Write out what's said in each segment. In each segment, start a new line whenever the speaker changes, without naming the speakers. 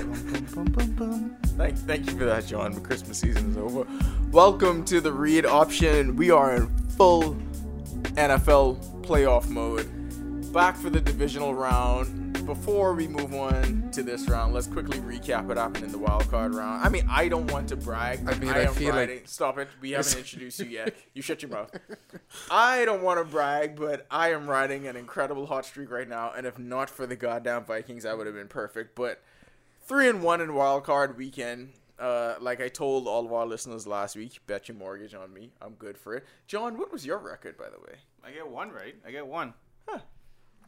Boom, boom, boom. Thank, thank you for that, John. But Christmas season is over. Welcome to the read option. We are in full NFL playoff mode. Back for the divisional round. Before we move on to this round, let's quickly recap what happened in the wild card round. I mean, I don't want to brag.
I mean, I
am
feel like-
Friday. Stop it. We haven't introduced you yet. You shut your mouth. I don't want to brag, but I am riding an incredible hot streak right now. And if not for the goddamn Vikings, I would have been perfect. But three and one in wild card weekend. Uh, like I told all of our listeners last week, bet your mortgage on me. I'm good for it. John, what was your record, by the way?
I get one right. I get one.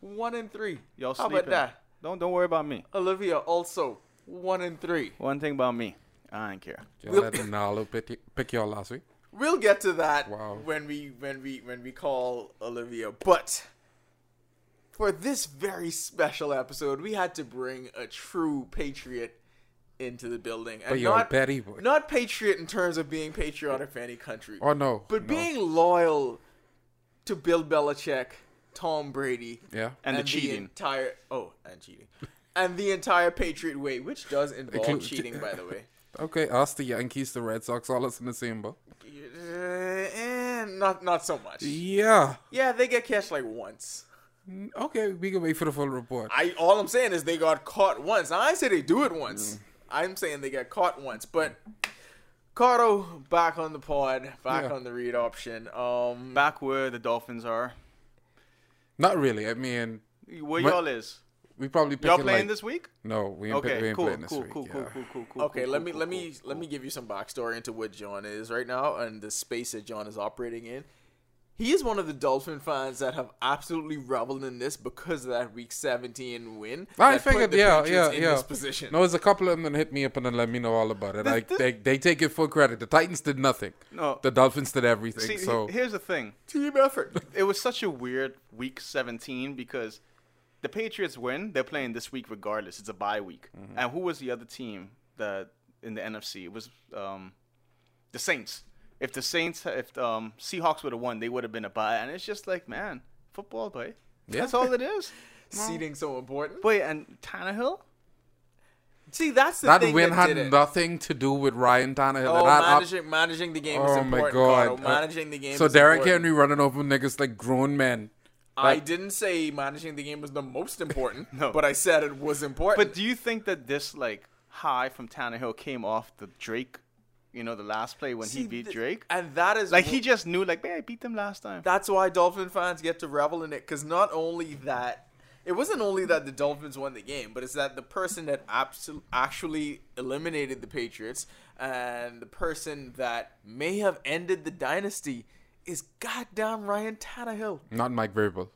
One and three.
Y'all
How
sleeping.
about that?
Don't don't worry about me.
Olivia also one and three.
One thing about me, I don't care.
Y'all let Nalo pick, y- pick y'all last week.
We'll get to that
Wow.
when we when we when we call Olivia. But for this very special episode, we had to bring a true patriot into the building, and
But y'all
not
bet he would.
not patriot in terms of being patriotic for any country,
Oh no.
but
no.
being loyal to Bill Belichick, Tom Brady,
yeah,
And, the cheating.
entire oh, and cheating, and the entire Patriot way, which does involve
Inclu-
cheating, by the way.
okay. Us, the Yankees, the Red Sox, all us in the same boat.
Uh, eh, not not so much.
Yeah.
Yeah, they get catched like once.
Mm, Okay, we can wait for the full report.
I all I'm saying is they got caught once. I say they do it once.
Mm-hmm.
I'm saying they got caught once, but Cardo back on the pod, back
Yeah.
on the read option. Um,
Back where the Dolphins are.
Not really. I mean,
Where
My-
y'all is?
we probably pick
Y'all
it,
playing
like-
this week?
No, we ain't, pick, we
Okay,
ain't
cool,
playing this
cool,
week.
cool,
yeah.
cool, cool, cool, cool.
okay,
cool,
let me
cool,
let
cool,
me
cool,
let me give you some backstory into what John is right now and the space that John is operating in. He is one of the Dolphin fans that have absolutely reveled in this because of that Week 17 win.
I
that put
figured,
the
yeah,
Patriots
yeah,
in
yeah.
This position.
No, there's a couple of them that hit me up and then let me know all about it. Like
this-
they, they take it full credit. The Titans did nothing.
No.
the Dolphins did everything.
See, he-
so
here's the thing.
team effort.
It was such a weird week 17 because the Patriots win. They're playing this week regardless. It's a bye week. And who was the other team that in the NFC? It was um, the Saints. If the Saints, if um, Seahawks would have won, they would have been a bye. And it's just like, man, football, boy. That's all it is.
Seating so important.
Wait, and Tannehill?
See, that's the
that
thing
win
that
had
did it.
nothing to do with Ryan Tannehill.
Oh,
that op-
managing, managing the game is
oh
important.
my god,
Cardo.
Uh,
Managing the game.
So
is
Derrick
important.
Henry running over niggas like grown men.
I didn't say managing the game was the most important.
No.
but I said it was important.
But do you think that this like high from Tannehill came off the Drake, you know, the last play when he
See,
beat
th-
Drake?
and that is
Like
wh-
he just knew, like, man, I beat them last time.
That's why Dolphin fans get to revel in it because not only that, it wasn't only that the Dolphins won the game, but it's that the person that absol- actually eliminated the Patriots and the person that may have ended the dynasty is goddamn Ryan Tannehill.
Not Mike Vrabel.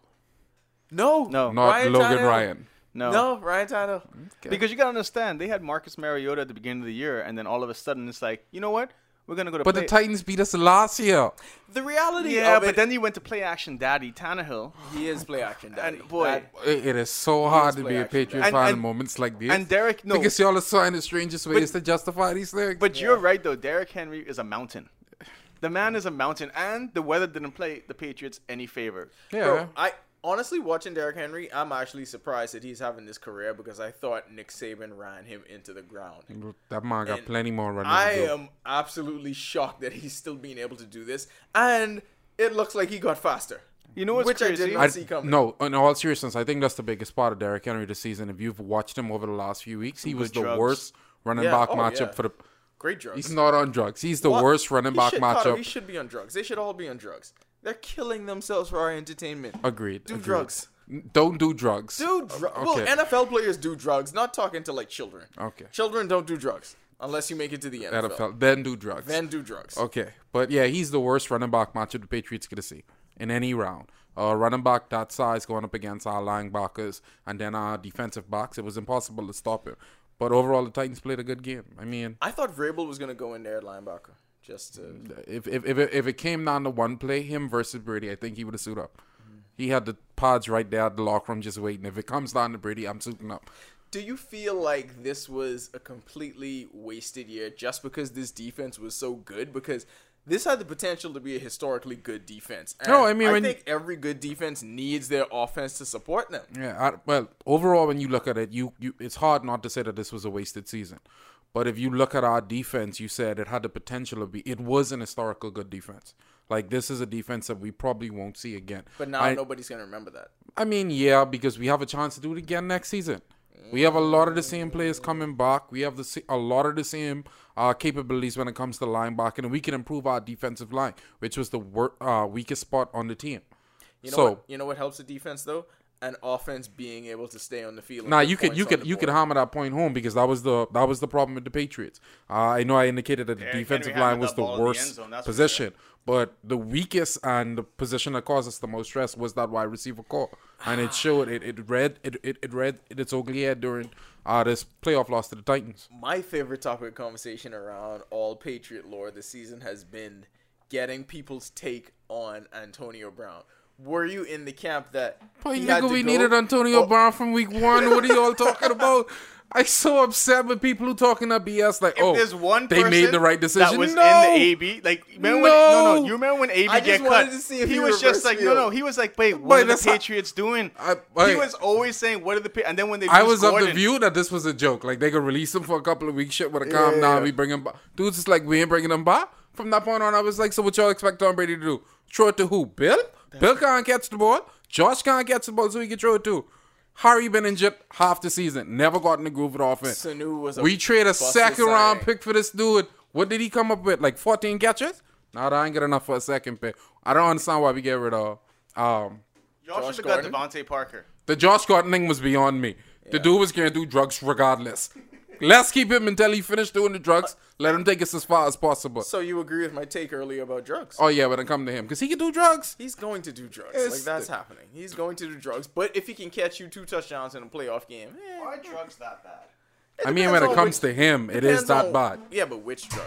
No,
No.
Not Logan
Tannehill.
Ryan.
No.
no, Ryan Tannehill.
Because you gotta understand, they had Marcus Mariota at the beginning of the year, and then all of a sudden it's like, you know what? We're gonna go to
But
play.
the Titans beat us last year.
The reality
yeah,
of
but
it-
then he went to play action daddy Tannehill,
he is play action daddy.
and boy,
Oh, That-
It- it is so hard to
play
be a
action there.
Patriot
And-
fan in
and-
moments like these.
and Derek- no.
Because y'all are trying the strangest ways to justify these things.
But you're right though. Derrick Henry is a mountain. The man is a mountain, and the weather didn't play the Patriots any favor.
yeah.
Bro, I honestly watching Derrick Henry, I'm actually surprised that he's having this career because I thought Nick Saban ran him into the ground.
that man got
And
plenty more running.
I
to do.
am absolutely shocked that he's still being able to do this, and it looks like he got faster.
You know what's
Which I did
crazy?
not
I-
see coming.
no, in all seriousness, I think that's the biggest part of Derrick Henry this season. If you've watched him over the last few weeks, he was
good
the
drugs.
worst running
Yeah.
back
Oh,
matchup
yeah.
for the.
Great drugs.
He's not on drugs. He's the
What?
worst running
He
back
should- Carter, He
matchup.
should be on drugs. They should all be on drugs. They're killing themselves for our entertainment.
Agreed.
Do
agreed.
drugs.
N- Don't do drugs.
Do drugs.
okay.
Well, NFL players do drugs. Not talking to like children.
Okay.
Children don't do drugs unless you make it to the NFL.
NFL. Then do drugs.
Then do drugs.
Okay, but yeah, he's the worst running back matchup the Patriots gonna see in any round. Uh, running back that size going up against our linebackers and then our defensive backs, it was impossible to stop him. But overall, the Titans played a good game. I mean,
I thought Vrabel was gonna go in there at linebacker just to.
if if if it, if it came down to one play, him versus Brady, I think he would have
Mm.
suited up. He had the pods right there at the locker room just waiting. If it comes down to Brady, I'm suiting up.
Do you feel like this was a completely wasted year just because this defense was so good? Because this had the potential to be a historically good defense. And
No, I mean,
I
when-
think every good defense needs their offense to support them.
Yeah, I, well, overall, when you look at it, you, you it's hard not to say that this was a wasted season. But if you look at our defense, you said it had the potential of be. It was an historical good defense. Like this is a defense that we probably won't see again.
But now
I,
nobody's gonna remember that.
I mean, yeah, because we have a chance to do it again next season. We have a lot of the same players coming back. We have the sa- a lot of the same uh, capabilities when it comes to linebacking, and we can improve our defensive line, which was the wor- uh, weakest spot on the team.
You know
so
what? You know what helps the defense though? An offense being able to stay on the field. and
Nah,
get
you could
points
you
on
could
the
you could
board.
hammer that point home because that was the that was the problem with the Patriots. Uh, I know I indicated that the
Henry
defensive
hammered
line was
that
the
ball in the end
worst
zone, that's for sure.
position, but the weakest and the position that caused us the most stress was that wide receiver core, and it showed it it read it it, it read its ugly head during uh, this playoff loss to the Titans.
my favorite topic of conversation around all Patriot lore this season has been getting people's take on Antonio Brown. Were you in the camp that
But
he had
nigga,
to
we
go?
needed Antonio
Oh,
Brown from week one. What are y'all talking about? I so upset with people who talking that BS. Like, oh,
There's one.
they made
person
the right decision.
That was
no!
in the AB. Like, remember when? No,
No!
no. You remember when AB
I just
get
wanted
cut?
to see if
he
he
was just
reversed
like, no,
field.
no. He was like, wait,
But
what are
that's
the
not-
Patriots doing?
I-
he
wait.
was always saying, what are the? Pa-? And then when they,
I
lose
was of
Gordon,
the view that this was a joke. Like they could release him for a couple of weeks, shit, with a calm down. We bring him back. Dudes, just like we ain't bringing him back. From that point on, I was like, so what y'all expect Tom Brady to do? Throw it to who? Bill? Bill can't catch the ball. Josh can't catch the ball, so he can throw it to. Harry been injured half the season. Never got in the groove of the offense.
Sanu was a
we trade a
busted
second round
signing.
pick for this dude. What did he come up with? Like 14 catches? Nah, that ain't good enough for a second pick. I don't understand why we get rid of um,
y'all
Josh
should have got
Gordon?
Devontae Parker.
the Josh Gordon thing was beyond me. The dude was gonna do drugs regardless. Let's keep him until he finished doing the drugs. Let him take us as far as possible.
So you agree with my take earlier about drugs?
Oh yeah, when it come to him, because he can do drugs.
He's going to do drugs.
It's
like that's
the-
happening. He's going to do drugs. But if he can catch you two touchdowns in a playoff game, eh,
Why are drugs that bad?
I mean,
depends
when it
on
comes
which-
to him, it
depends
is that
on-
bad.
Yeah, but which drug?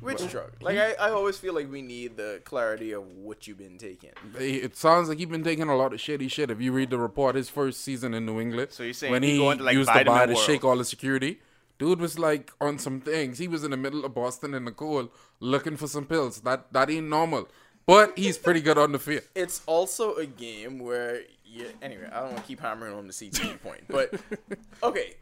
Which drug? Like I, I always feel like we need the clarity of what you've been taking.
It it sounds like he's been taking a lot of shitty shit. If you read the report, his first season in New England,
So you're saying
when
he
he
going to, like,
used the buy
vitamin
to
world.
shake all the security, dude was like on some things. He was in the middle of Boston in the cold looking for some pills. That that ain't normal. But he's pretty good on the field.
It's also a game where you, anyway, I don't want to keep hammering on the CTE point, but okay.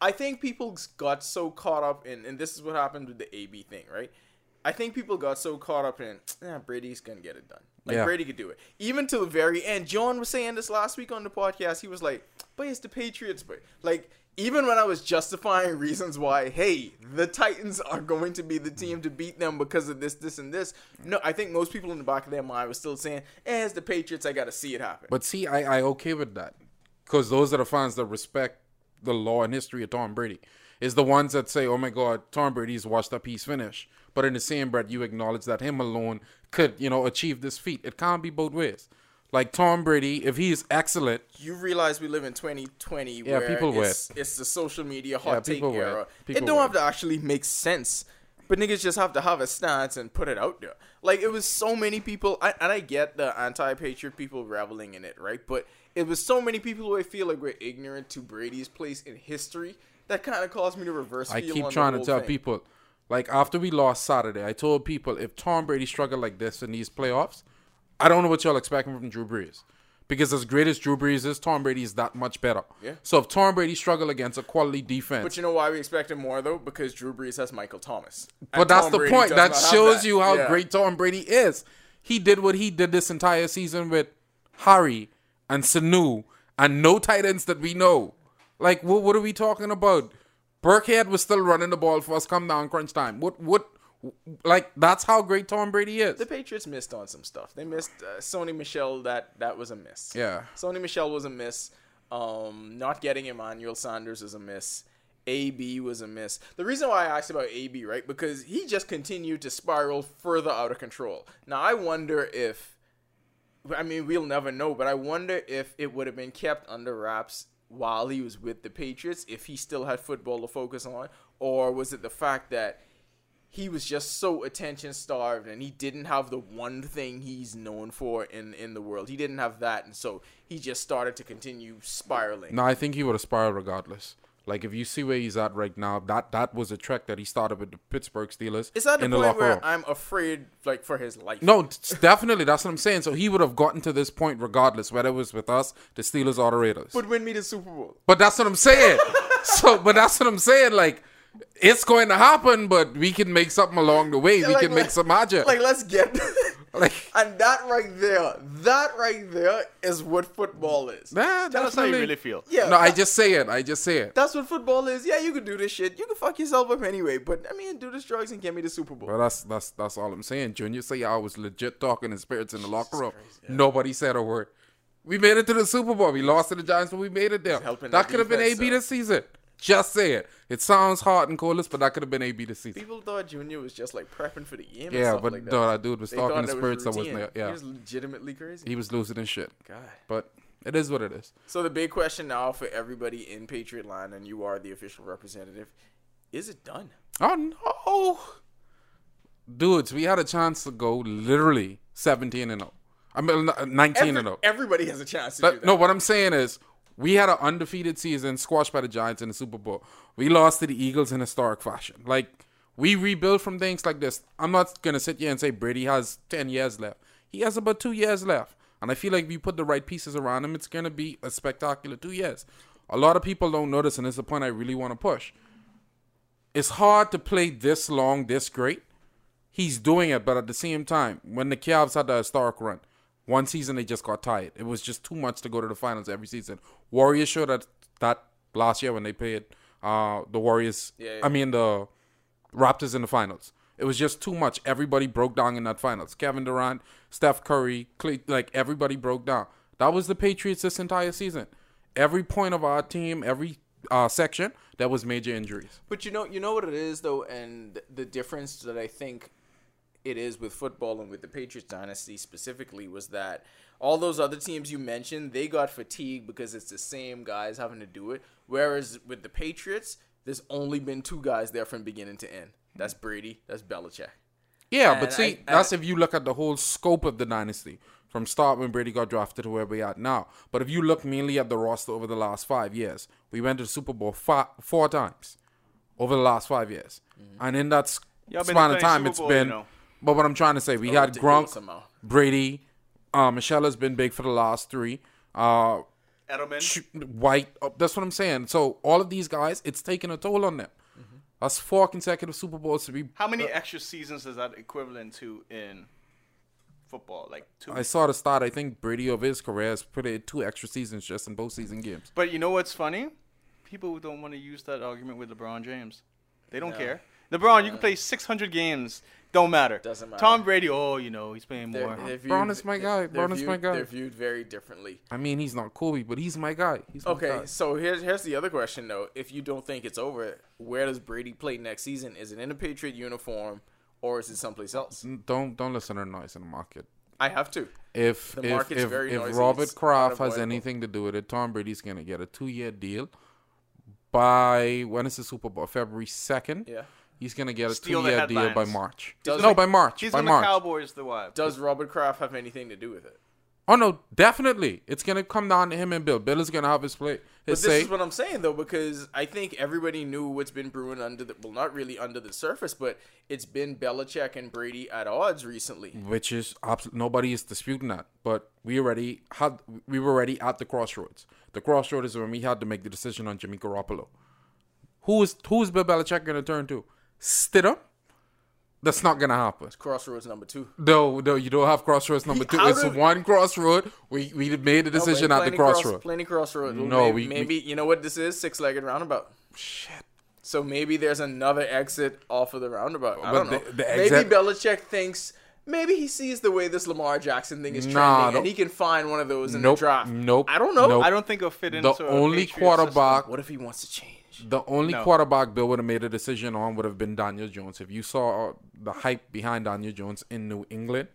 I think people got so caught up in, and this is what happened with the AB thing, right? I think people got so caught up in, yeah, Brady's gonna get it done. Like
Yeah.
Brady could do it, even to the very end. John was saying this last week on the podcast. He was like, "But it's the Patriots." But like, even when I was justifying reasons why, hey, the Titans are going to be the team to beat them because of this, this, and this. No, I think most people in the back of their mind were still saying, eh, "It's the Patriots. I got to see it happen."
But see, I, I okay with that because those are the fans that respect the law and history of Tom Brady. Is the ones that say, "Oh my God, Tom Brady's washed up, he's finished." But in the same breath, you acknowledge that him alone could, you know, achieve this feat. It can't be both ways. Like Tom Brady, if he is excellent,
you realize we live in 2020
Yeah,
where
people
it's, it's the social media hot
Yeah,
take
people wet.
era.
People
it don't
wet.
have to actually make sense, but niggas just have to have a stance and put it out there. Like it was so many people, I, and I get the anti-patriot people reveling in it, right? But it was so many people who I feel like were ignorant to Brady's place in history that kind of caused me to reverse.
I
feel on
keep
the
trying to
whole
tell
thing.
people, like after we lost Saturday, I told people if Tom Brady struggled like this in these playoffs, I don't know what y'all expecting from Drew Brees. Because as great as Drew Brees is, Tom Brady is that much better.
Yeah.
So if Tom Brady struggled against a quality defense,
But you know why we expect him more though? Because Drew Brees has Michael Thomas. And
But that's
Tom
the
Brady
point.
does
That
not have
shows
that.
you how
Yeah.
great Tom Brady is. He did what he did this entire season with Harry and Sanu and no tight ends that we know. Like, what, what are we talking about? Burkhead was still running the ball for us. Come down, crunch time. What, what, like, that's how great Tom Brady is.
the Patriots missed on some stuff. They missed uh, Sony Michelle. That that was a miss.
Yeah.
Sony Michelle was a miss. Um, not getting Emmanuel Sanders is a miss. AB was a miss. The reason why I asked about AB, right? Because he just continued to spiral further out of control. Now I wonder if, I mean, we'll never know, but I wonder if it would have been kept under wraps while he was with the Patriots, if he still had football to focus on, or was it the fact that he was just so attention starved and he didn't have the one thing he's known for in in the world. He didn't have that and so he just started to continue spiraling.
No, I think he would aspire regardless. Like if you see where he's at right now, that that was a trek that he started with the Pittsburgh Steelers
Is that the
in the
point
locker
where
room.
I'm afraid like for his life?
No, it's definitely. That's what I'm saying. So he would have gotten to this point regardless, whether it was with us, the Steelers, or the Raiders. But,
Would win me the Super Bowl.
that's what I'm saying. so, but that's what I'm saying. Like, it's going to happen, but we can make something along the way. we
Like,
can make
like-
some magic.
Like let's get
Like-
And that right there, that right there is what football is.
Nah,
Tell us how you
definitely.
really feel.
yeah.
No, I just say it. I just say it.
That's what football is. Yeah, you can do this shit. You can fuck yourself up anyway. But I mean, do this drugs and get me the Super Bowl.
But that's that's that's all I'm saying. Junior say I was legit talking in spirits in the locker room. Nobody said a word. We made it to the Super Bowl. We lost to the Giants, but we made it there.
helping
That
the
could have been
defense, uh,
AB
though.
this season. Just say it. It sounds hard and coldest, but that could have been AB this season.
People thought Junior was just like prepping for the game. or
Yeah,
something
but
like that.
no, that dude was
They
talking
thought
in
that was
spirits. that
routine.
wasn't there.
He
Yeah,
was legitimately crazy.
he was losing his shit.
God.
But it is what it is.
So the big question now for everybody in Patriot Line, and you are the official representative, is it done?
Oh no, dudes, we had a chance to go literally 17 and 0. I mean, n- 19
Every-
and oh. 0.
Everybody has a chance to do
But
that.
no, what I'm saying is we had an undefeated season squashed by the Giants in the Super Bowl. We lost to the Eagles in historic fashion. Like we rebuild from things like this. I'm not gonna sit here and say Brady has ten years left. He has about two years left. And I feel like if you put the right pieces around him, it's gonna be a spectacular two years. A lot of people don't notice, and it's the point I really want to push. It's hard to play this long, this great. He's doing it, but at the same time, when the Cavs had the historic run, one season they just got tired. It was just too much to go to the finals every season. Warriors showed that that last year when they played uh, the Warriors.
Yeah,
I
yeah.
mean the Raptors in the finals. It was just too much. Everybody broke down in that finals. Kevin Durant, Steph Curry, Clay, like everybody broke down. That was the Patriots this entire season. Every point of our team, every uh, section, there was major injuries.
But you know, you know what it is though, and the difference that I think it is with football and with the Patriots dynasty specifically was that all those other teams you mentioned they got fatigued because it's the same guys having to do it. Whereas with the Patriots, there's only been two guys there from beginning to end. That's Brady. That's Belichick.
Yeah, but
And
see,
I- and-
that's if you look at the whole scope of the dynasty from start when Brady got drafted to where we are now. But if you look mainly at the roster over the last five years, we went to the Super Bowl fi- four times over the last five years, and in that s-
Mm-hmm. Y'all been
span
to plenty
of time,
Super
it's
Bowl, you
been.
know. Oh,
But what I'm trying to say, we had
ridiculous
Gronk,
amount.
Brady, uh, Michelle has been big for the last three. Uh,
Edelman.
ch- white. uh, That's what I'm saying. So all of these guys, it's taking a toll on them.
Mm-hmm.
That's four consecutive Super Bowls to be
How many extra seasons is that equivalent to in football? Like two.
I saw the start. I think Brady of his career has put in two extra seasons just in both season games.
But you know what's funny? People who don't want to use that argument with LeBron James. They don't care. LeBron, you can play 600 games. Don't matter.
Doesn't matter.
Tom Brady, oh, you know, he's playing
They're,
more.
they're viewed,
Brown is my guy.
they're
Brown is my
viewed-
guy.
They're viewed very differently.
I mean, he's not Kobe, but he's my guy. He's my
Okay,
guy.
so here's here's the other question though. If you don't think it's over, where does Brady play next season? Is it in a Patriot uniform or is it someplace else?
Don't don't listen to the noise in the market.
I have to.
If
The
if
market's
if,
very
if
noisy, it's
Robert Kraft has
unavoidable.
anything to do with it, Tom Brady's gonna get a two year deal by when is the Super Bowl? February second.
Yeah.
He's gonna get a
Steal
two
the
year deal by
headlines.
March.
Does-
no, by March.
he's
by
going to
March.
Cowboys the wild.
Does Robert Kraft have anything to do with it?
oh no, definitely. It's gonna come down to him and Bill. Bill is gonna have his play.
But
His
this
say.
is what I'm saying though, because I think everybody knew what's been brewing under the well, not really under the surface, but it's been Belichick and Brady at odds recently.
which is abs- nobody is disputing that. But we already had we were already at the crossroads. The crossroad is when we had to make the decision on Jimmy Garoppolo. Who is who is Bill Belichick going to turn to? Stidham. That's not going to happen.
Crossroads number two.
No, no, you don't have crossroads number two.
how
It's
do-
one crossroad. We we made the decision at the
Plenty cross-
crossroad.
Plenty crossroads. Well,
No,
maybe,
we-
maybe you know what this is? Six legged roundabout. Shit. So maybe there's another exit off of the roundabout. I
But
don't know.
the- the
Maybe
exit-
Belichick thinks maybe he sees the way this Lamar Jackson thing is
Nah,
trending, and
don't-
he can find one of those in
Nope,
the draft.
nope,
I don't know.
nope.
I
I don't think it'll fit into
The
a
only
Patriot
quarterback,
don't- what if he wants to change?
the only
No.
quarterback Bill would have made a decision on would have been Daniel Jones. If you saw the hype behind Daniel Jones in New England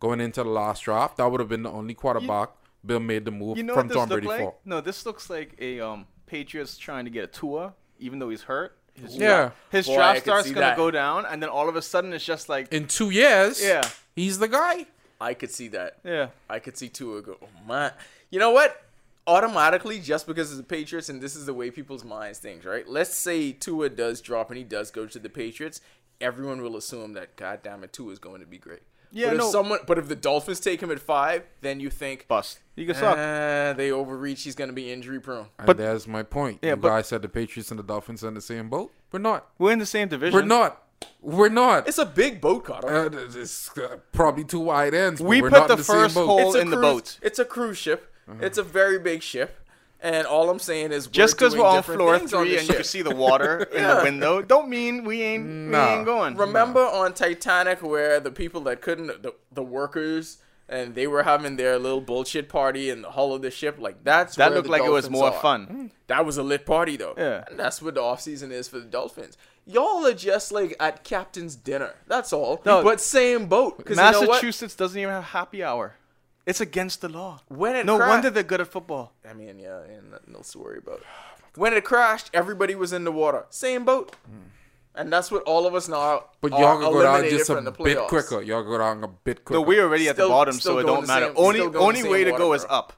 going into the last draft, that would have been the only quarterback Bill made the move
You know what
from
this
Tom
looks
Brady
like?
for.
No, this looks like a um Patriots trying to get a Tua, even though he's hurt. his
Yeah.
dra- his
Boy, I
draft
could
start's
see
gonna
that.
go down, and then all of a sudden it's just like
In two years,
Yeah.
he's the guy.
I could see that.
yeah.
I could see Tua go, oh my. You know what? Automatically, just because it's the Patriots and this is the way people's minds think, right? Let's say Tua does drop and he does go to the Patriots, everyone will assume that, God damn it, Tua is going to be great.
Yeah,
but if
no.
someone, but if the Dolphins take him at five, then you think,
Bust. You can suck.
ah, they overreach. He's going to be injury prone.
And
But-
there's my point.
Yeah,
you
but-
guys said the Patriots and the Dolphins are in the same boat. We're not.
We're in the same division.
We're not. We're not.
It's a big boat caught.
Uh, it's uh, probably two wide ends. but
We
we're
put
not
the
in the
first
same boat.
hole-
It's a
in the
cruise-
boat.
It's a cruise ship. It's a very big ship. And all I'm saying is,
Just
because
because we're on floor
on
three
the
and you can
ship.
see the water in the window, don't mean we ain't we
Nah.
ain't going.
Remember on Titanic where the people that couldn't, the, the workers, and they were having their little bullshit party in the hull of the ship. Like that's
that
where
looked
the
like it was
Dolphins
more
are.
fun.
That was a lit party though.
Yeah.
and that's what the off season is for the Dolphins. Y'all are just like at captain's dinner. That's all.
No.
but same boat. 'Cause you know what?
Massachusetts doesn't even have happy hour. It's against the law.
When it
no
cracked-
wonder they're good at football.
I mean, yeah, and nothing else to worry about. When it crashed, everybody was in the water. Same boat.
Hmm.
And that's what all of us now.
But
are
y'all can go down
eliminated
just a
from the
bit
playoffs.
quicker. Y'all go down a bit quicker.
But we're already at the
Still-
bottom,
still
so it
going
don't
the
matter.
same-
only
still going the
only
same
way to
water,
go is
bro.
up.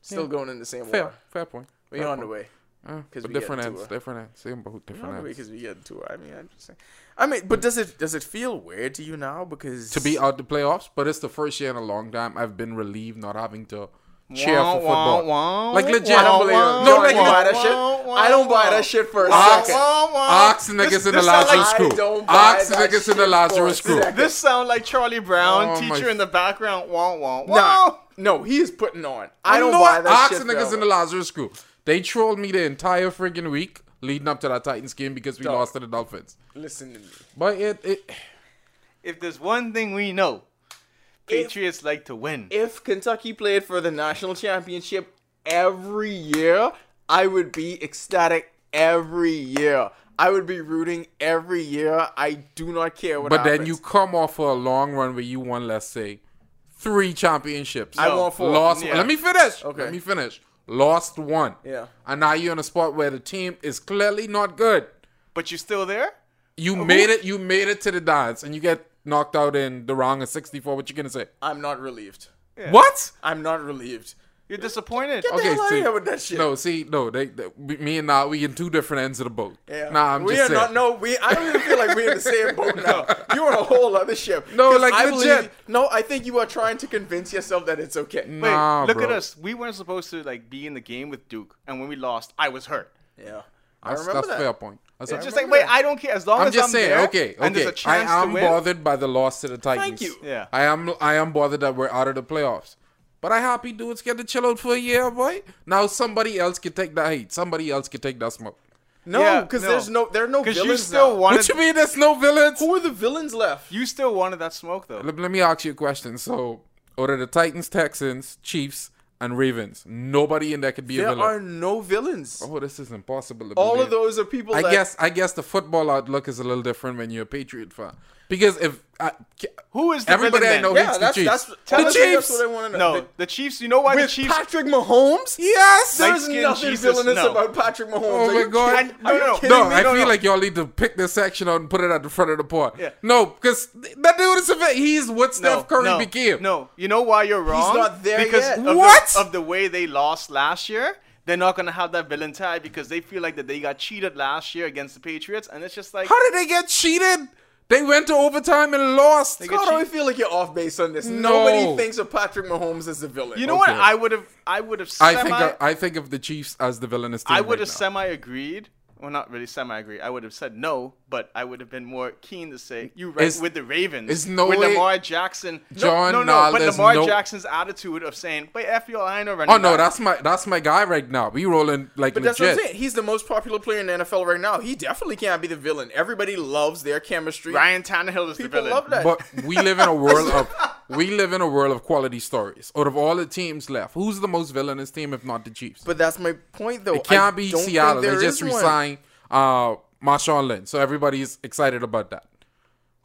Still going in the same
fair.
water.
Fair point.
We
fair
on the
point.
way.
Uh,
'cause
but
we get
different
to
ends.
a-
Different ends. Same boat.
We're on the
Different
way
ends.
because we get to. I mean, I'm just saying. I mean, but does it does it feel weird to you now? Because
To be out the playoffs, but it's the first year in a long time I've been relieved not having to cheer
Wah, wah,
for football.
wah,
like
wah,
legit.
I don't
wah,
believe it.
wah,
No,
No,
I
like
don't buy
legit.
that shit. I don't buy that shit for a
Wah,
second.
wah, wah.
Ox niggas
This-
in the
this sound
Lazarus
like-
crew.
I don't buy
Ox
that
niggas in
shit for
the Lazarus
a
crew.
second.
This sound like Charlie Brown,
Oh, my
teacher in the background. Wah wah wah.
Nah, no, he is putting on. I don't
know
buy
what?
that
Ox
shit.
and niggas
though.
in the Lazarus crew. They trolled me the entire friggin' week leading up to that Titans game because we
Dog.
lost to the Dolphins.
Listen to me.
But it, it
If there's one thing we know, Patriots like to win.
if Kentucky played for the national championship every year, I would be ecstatic every year. I would be rooting every year. I do not care what
but
happens.
then you come off a long run where you won, let's say, three championships.
I
No.
want four.
lost.
Yeah.
Let me finish.
Okay.
Let me finish. Lost one.
Yeah.
And now you're in a spot where the team is clearly not good.
But you still there?
You made it. You made it to the dance, and you get knocked out in the round of 64. What you gonna say?
I'm not relieved.
What?
I'm not relieved.
You're disappointed.
Get the hell out of here with that shit.
No, see, no, they, they we- me and now we in two different ends of the boat.
Yeah.
Nah, I'm
we
just
are
saying.
not. No, we. I don't even feel like we're in the same boat now. You're on a whole other ship.
No,
'Cause
like,
I
legit.
Believe, no, I think you are trying to convince yourself that it's okay.
Wait,
Nah,
look at
bro.
us. We weren't supposed to like be in the game with Duke, and when we lost, I was hurt.
Yeah, I
That's,
remember
that's
that.
fair point. That's
It's
a-
just like, wait, I don't care. As long
I'm
as
just
I'm
saying.
there,
okay,
and there's
okay.
a
I
chance to
am
win.
bothered by the loss to the Titans.
you.
Yeah.
I am. I am bothered that we're out of the playoffs. But I happy dudes get to chill out for a year, boy. Now somebody else can take that heat. Somebody else can take that smoke.
No,
Yeah,
because
no.
there's no. There are no
Because
villains
you still
now.
What
wanted.
you mean? There's no villains.
Who are the villains left?
You still wanted that smoke though.
Let, let me ask you a question. So, out of the Titans, Texans, Chiefs, and Ravens, nobody in there could be a
There
villain.
are no villains.
Oh, this is impossible. To
All
believe.
of those are people.
I
that,
guess. I guess the football outlook is a little different when you're a Patriot fan. Because if uh, I,
Who is the
everybody I
villain?
know
then?
Yeah,
hates
that's-
the Chiefs.
that's- tell
the
us that's
Chiefs.
what I wanna know.
No,
The-
the Chiefs. You know why the
With
Chiefs?
Patrick Mahomes,
Yes.
Like-
there's
Mexican
nothing
Jesus,
villainous
no.
about Patrick Mahomes.
Oh
Are
my
you
God!
kidding-
No,
are you
no, no.
kidding
No,
me?
I
No,
feel
no.
like y'all need to pick this section out and put it at the front of the pod.
Yeah.
No, because that dude is a vet. He's what
no,
Steph Curry
no,
became.
No, you know why you're wrong.
not there
because
yet.
Of the-
What?
of the way they lost last year, they're not gonna have that villain tie because they feel like that they got cheated last year against the Patriots, and it's just like
How did they get cheated? They went to overtime and lost.
They get
God, I feel like you're off base on this.
No.
Nobody thinks of Patrick Mahomes as a villain.
you know what?
Okay.
I would have. I would have.
I think uh,
semi-
of, I think of the Chiefs as the villainous team.
I would have
right now.
semi agreed. Well, not really semi agree. I would have said no, but I would have been more keen to say you right
It's-
with the Ravens.
it's no
with
way-
Lamar Jackson. No,
John,
no, no,
nah,
but
there's
Lamar
no-
Jackson's attitude of saying, "But f y'all, I ain't no running."
Oh no,
back."
that's my that's my guy right now. We rolling like
But that's
legit.
what I'm saying. He's the most popular player in the NFL right now. He definitely can't be the villain. Everybody loves their chemistry.
Ryan Tannehill is the
People
villain.
love that.
But we live in a world of we live in a world of quality stories. Out of all the teams left, who's the most villainous team if not the Chiefs?
But that's my point, though.
It can't
I
be
don't think
Seattle. They
there
just
is one.
resigned uh, Marshawn Lynch, so everybody's excited about that.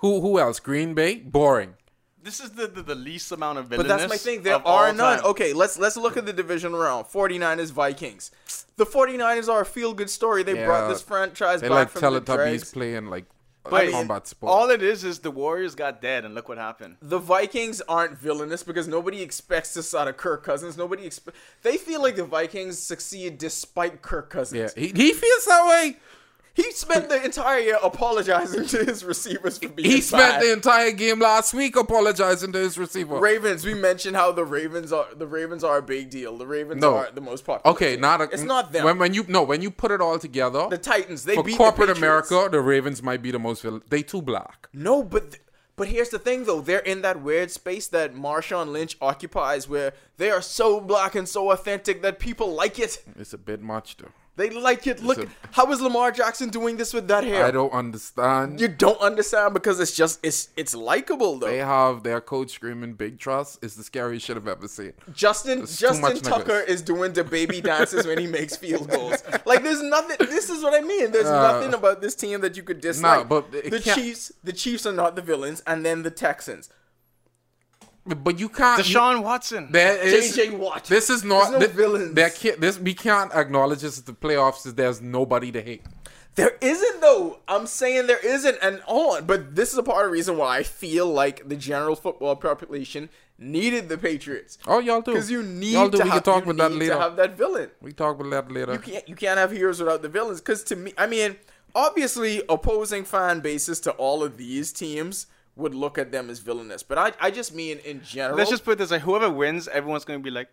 Who who else? Green Bay, boring.
This is the, the, the least amount of
But
villainous.
that's my thing. There
of all
are none.
time.
Okay, let's let's look at the division round. 49ers Vikings. The 49ers are a feel good story. They brought
Yeah.
this franchise
They
back
like
from the dregs.
Teletubbies playing like
But
a combat sport.
All it is is the Warriors got dead, and look what happened.
the Vikings aren't villainous because nobody expects this out of Kirk Cousins. Nobody expe- they feel like the Vikings succeed despite Kirk
yeah,
Cousins.
he, he feels that way.
He spent the entire year apologizing to his receivers for being
He spent
bad.
the entire game last week apologizing to his receiver.
Ravens. We mentioned how the Ravens are the Ravens are a big deal. The Ravens
No.
are the most popular.
okay,
team.
not a,
it's not them.
When, when you no, when you put it all together,
the Titans. They
for
beat the
corporate
Patriots.
America, the Ravens might be the most. vill- They too black.
No, but th- but here's the thing though. They're in that weird space that Marshawn Lynch occupies, where they are so black and so authentic that people like it.
It's a bit much, though.
They like it. Look,
a-
how is Lamar Jackson doing this with that hair?
I don't understand.
you don't understand because it's just it's it's likable though.
They have their coach screaming "Big Trust" is the scariest shit I've ever seen.
Justin
It's too
Justin
much
Tucker
nuggets.
is doing the baby dances when he makes field goals. Like there's nothing. This is what I mean. There's
Uh,
nothing about this team that you could dislike.
but it
the
can't-
Chiefs, the Chiefs are not the villains, and then the Texans.
But but you can't. you-
Deshaun Watson.
There is-
JJ Watt.
This is
There's
not
no
thi-
villains.
There can't, this we can't acknowledge this is the playoffs. Is there's nobody to hate.
There isn't though. I'm saying there isn't, and hold on. But this is a part of the reason why I feel like the general football population needed the Patriots
Oh, y'all do.
because you need
y'all do.
to
we
have
can talk
you
about that
need
later.
to have that villain.
we talk about that later.
You can't you can't have heroes without the villains. Because to me, I mean, obviously opposing fan bases to all of these teams would look at them as villainous. But I I just mean in general.
Let's just put it this way: whoever wins, everyone's gonna be like,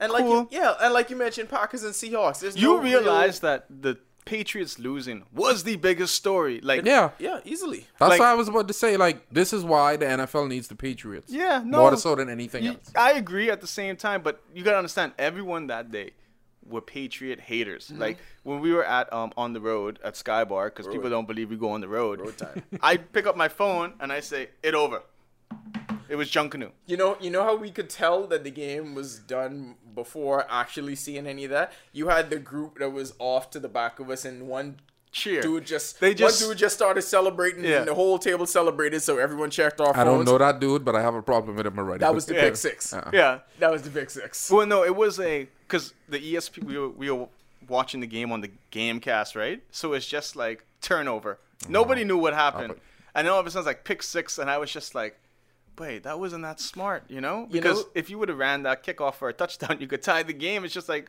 and like
cool.
you, yeah, and like you mentioned, Packers and Seahawks. There's
you
no real-
realize that the Patriots losing was the biggest story. Like,
yeah,
yeah, easily.
that's
Like-
what I was about to say. Like this is why the NFL needs the Patriots.
Yeah, no.
more so than anything
you-
else.
I agree at the same time, but you gotta understand, everyone that day were Patriot haters.
Mm-hmm.
Like when we were at um on the road at Skybar, because people don't believe we go on the road.
Road time.
I pick up my phone and I say, "It over." It was Junkanoo.
You know, you know how we could tell that the game was done before actually seeing any of that. You had the group that was off to the back of us, and one
Cheer.
dude just
They just-
one dude just started celebrating,
Yeah.
and the whole table celebrated. So everyone checked off.
I don't
phones.
know Uh-uh. that dude, but I have a problem with him already.
Oh, That was the
Yeah.
pick six.
Yeah.
That was the big six.
Well, no, it was a because the ESP we were, we were watching the game on the GameCast, right? So it's just like turnover. Nobody knew what happened,
it.
and then all of a sudden it's like pick six, and I was just like, "Wait, that wasn't that smart," you know?
You
Because
know-
if you would have ran that kickoff for a touchdown, you could tie the game. It's just like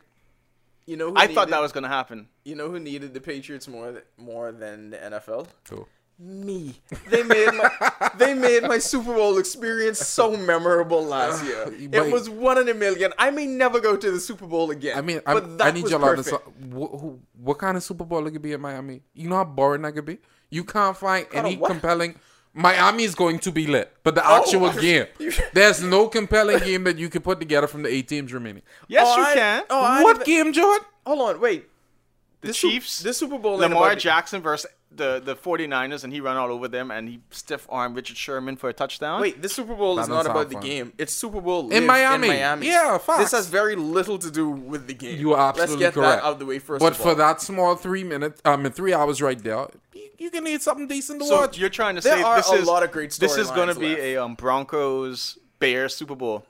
You know, who
I thought
needed-
that was gonna happen.
You know who needed the Patriots more th- more than the NFL?
Cool.
Me. They made my they made my Super Bowl experience so memorable last
Uh,
year.
But-
It was one in a million. I may never go to the Super Bowl again.
I mean,
but
I'm,
that
I need
was
y'all to
perfect.
understand wh- who- what kind of Super Bowl it could be in Miami. You know how boring that could be. You can't find
of
any
what?
compelling. Miami is going to be lit, but the
Oh,
actual
I-
game,
you-
there's no compelling game that you can put together from the eight teams remaining.
Yes,
Oh,
you
I-
can.
oh, I
what
didn't-
game, Jordan?
Hold on, wait.
the
this Sup-
Chiefs,
this Super Bowl, ain't
Lamar
about-
Jackson versus the the 49ers, and he ran all over them, and he stiff armed Richard Sherman for a touchdown.
Wait, this Super Bowl is
That
not
doesn't
about
sound
the
fun.
game. It's Super Bowl lives
Miami.
In Miami.
Yeah,
This
facts.
has very little to do with the game.
You are absolutely
Let's get
correct.
that out of the way first.
But
of
for
all.
that small three minutes, I mean three hours right there, you, you can need something decent to
So
watch.
you're trying to
There
say
are
this
a
is
lot of great
This is going to
storylines
be
left.
a um, Broncos Bears Super Bowl.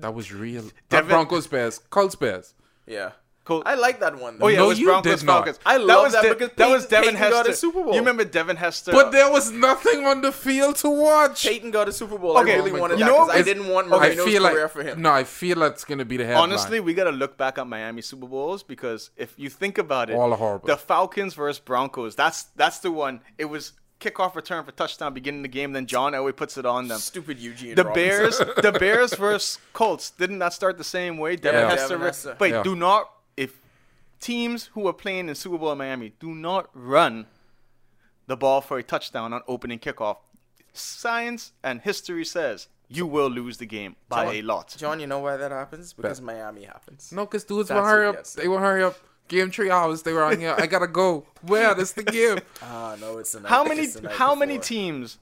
That was real. that
Devin-
Broncos Bears, Colts Bears.
yeah,
Cool.
I like that one. Though.
Oh yeah,
No,
it was
you
Broncos
did not.
Falcons.
I love that
De-
because
that was
Peyton-
Devin
Peyton got
Hester.
his Super Bowl.
You remember Devin Hester?
But there was nothing on the field to watch.
Peyton got a Super Bowl.
Okay,
I really
you
wanted
know
that because
what
I
was-
didn't want
I
Marino's
feel like
career for him.
no, I feel that's gonna be the headline.
honestly, we got to look back at Miami Super Bowls because if you think about it,
All horrible.
The Falcons versus Broncos. That's that's the one. It was kickoff return for touchdown beginning the game. Then John Elway puts it on them.
Stupid Eugene.
The
Robinson.
Bears, the Bears versus Colts. Didn't that start the same way? Devin
Yeah.
Hester.
Devin Hester.
Wait,
Yeah.
do not if teams who are playing in Super Bowl in Miami do not run the ball for a touchdown on opening kickoff. Science and history says you will lose the game by a lot.
John, you know why that happens? Because Miami happens.
no, because dudes will
That's
hurry
it,
up.
yes.
They will hurry up. Game three hours. They were on here. I gotta go. Where? That's the game.
Ah, no, it's the night.
How many
it's the night
how many
before.
teams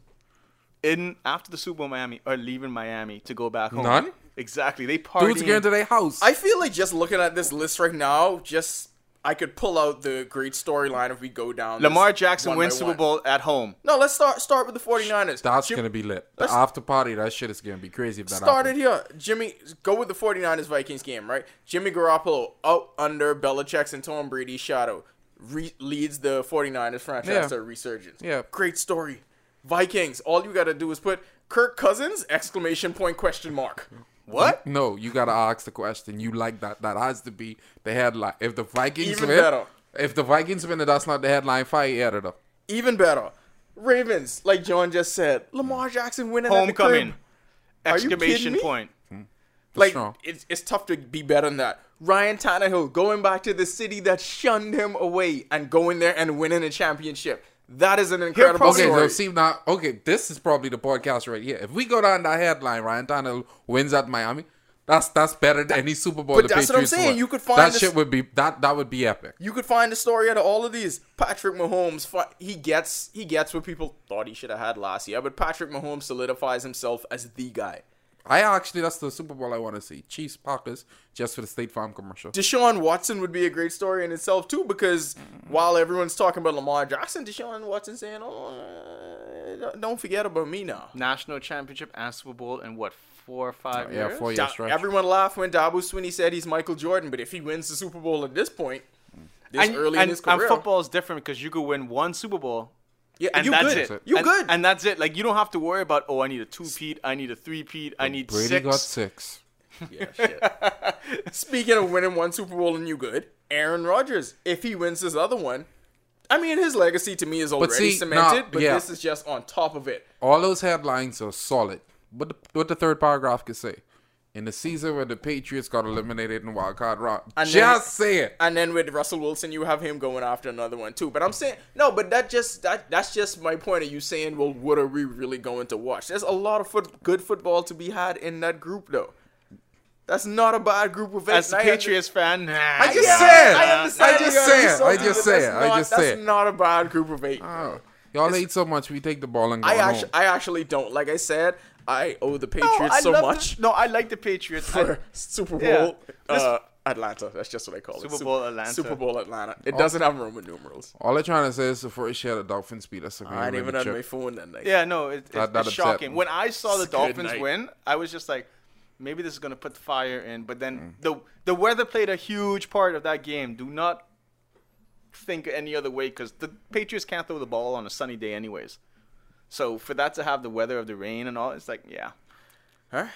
in after the Super Bowl in Miami are leaving Miami to go back home?
None?
Exactly. They
Dudes
party.
going to their house.
I feel like just looking at this list right now, just I could pull out the great storyline if we go down. this
Lamar Jackson
one by
wins Super
one.
Bowl at home.
No, let's start start with the 49ers.
That's
Jim-
gonna be lit. The after party, that shit is gonna be crazy if that
started
happens.
here. Jimmy, go with the 49ers Vikings game, right? Jimmy Garoppolo out under Belichick's and Tom Brady's shadow re- leads the 49ers franchise
Yeah.
to a resurgence.
Yeah.
Great story. Vikings, all you got to do is put Kirk Cousins exclamation point question mark.
What?
No, you gotta ask the question. You like that? That has to be the headline. If the Vikings
Even
win,
better.
if the Vikings win, and that's not the headline. Fire your editor.
Even better. Ravens, like John just said, Lamar Jackson winning at the crib.
Homecoming.
you kidding
Exclamation
me?
point.
Like
strong.
it's it's tough to be better than that. Ryan Tannehill going back to the city that shunned him away and going there and winning a championship. That is an incredible
Okay,
story.
so see now. Okay, this is probably the podcast right here. If we go down that headline, Ryan Tannehill wins at Miami. That's that's better than any Super Bowl.
But
the
that's what I'm
Patriots
saying.
won.
You could find
that
this-
shit would be that that would be epic.
you could find the story out of all of these. Patrick Mahomes, fi- he gets he gets what people thought he should have had last year, but Patrick Mahomes solidifies himself as the guy.
I actually that's the Super Bowl I want to see. Chiefs Packers just for the State Farm commercial.
Deshaun Watson would be a great story in itself too, because while everyone's talking about Lamar Jackson, Deshaun Watson saying, "Oh, uh, don't forget about me now."
National championship and Super Bowl in what four or five
yeah,
years?
four years.
Da-
stretch.
everyone laughed when Dabo Swinney said he's Michael Jordan, but if he wins the Super Bowl at this point, this
And,
early in
and,
his
and
career,
football is different because you could win one Super Bowl
yeah,
and
you
that's
good.
it.
You
and,
good.
And that's it. Like you don't have to worry about oh I need a two peat, I need a three peat, I need
Brady
six.
got six.
yeah, shit. Speaking of winning one Super Bowl and you good, Aaron Rodgers, if he wins this other one, I mean his legacy to me is already
see,
cemented,
nah,
but
yeah.
this is just on top of it.
All those headlines are solid. But the, what the third paragraph could say. In the season where the Patriots got eliminated in wild card round,
And then-
just say it.
And then with Russell Wilson, you have him going after another one too. But I'm saying no, but that just that that's just my point of you saying, well, what are we really going to watch? There's a lot of foot, good football to be had in that group though. That's not a bad group of eight.
As a
And I under-
Patriots fan, nah,
I just
Yeah.
said, I
Yeah.
understand.
I just
you're
said,
insulted,
I just
but that's
said, I
not-
just
that's
said.
not a bad group of eight.
Oh, y'all hate so much, we take the ball and go
I
home.
actually, I actually don't. Like I said, I owe the Patriots
I
so
love the-
much
no, I like the Patriots. I-
for Super Bowl
Yeah.
uh, Atlanta. That's just what I call it.
Super Bowl Atlanta.
Super Bowl Atlanta. It doesn't have Roman numerals.
All they're trying to say is the first year the Dolphins beat us. so we
I ain't
already
even on
checked.
my phone that night.
yeah, no, it, it,
That- that
it's
upset
shocking.
me.
When I saw the
Good
Dolphins
night.
win, I was just like, maybe this is gonna put fire in. But then the the weather played a huge part of that game. Do not think any other way because the Patriots can't throw the ball on a sunny day, anyways. So for that to have the weather of the rain and all, it's like yeah.
All right.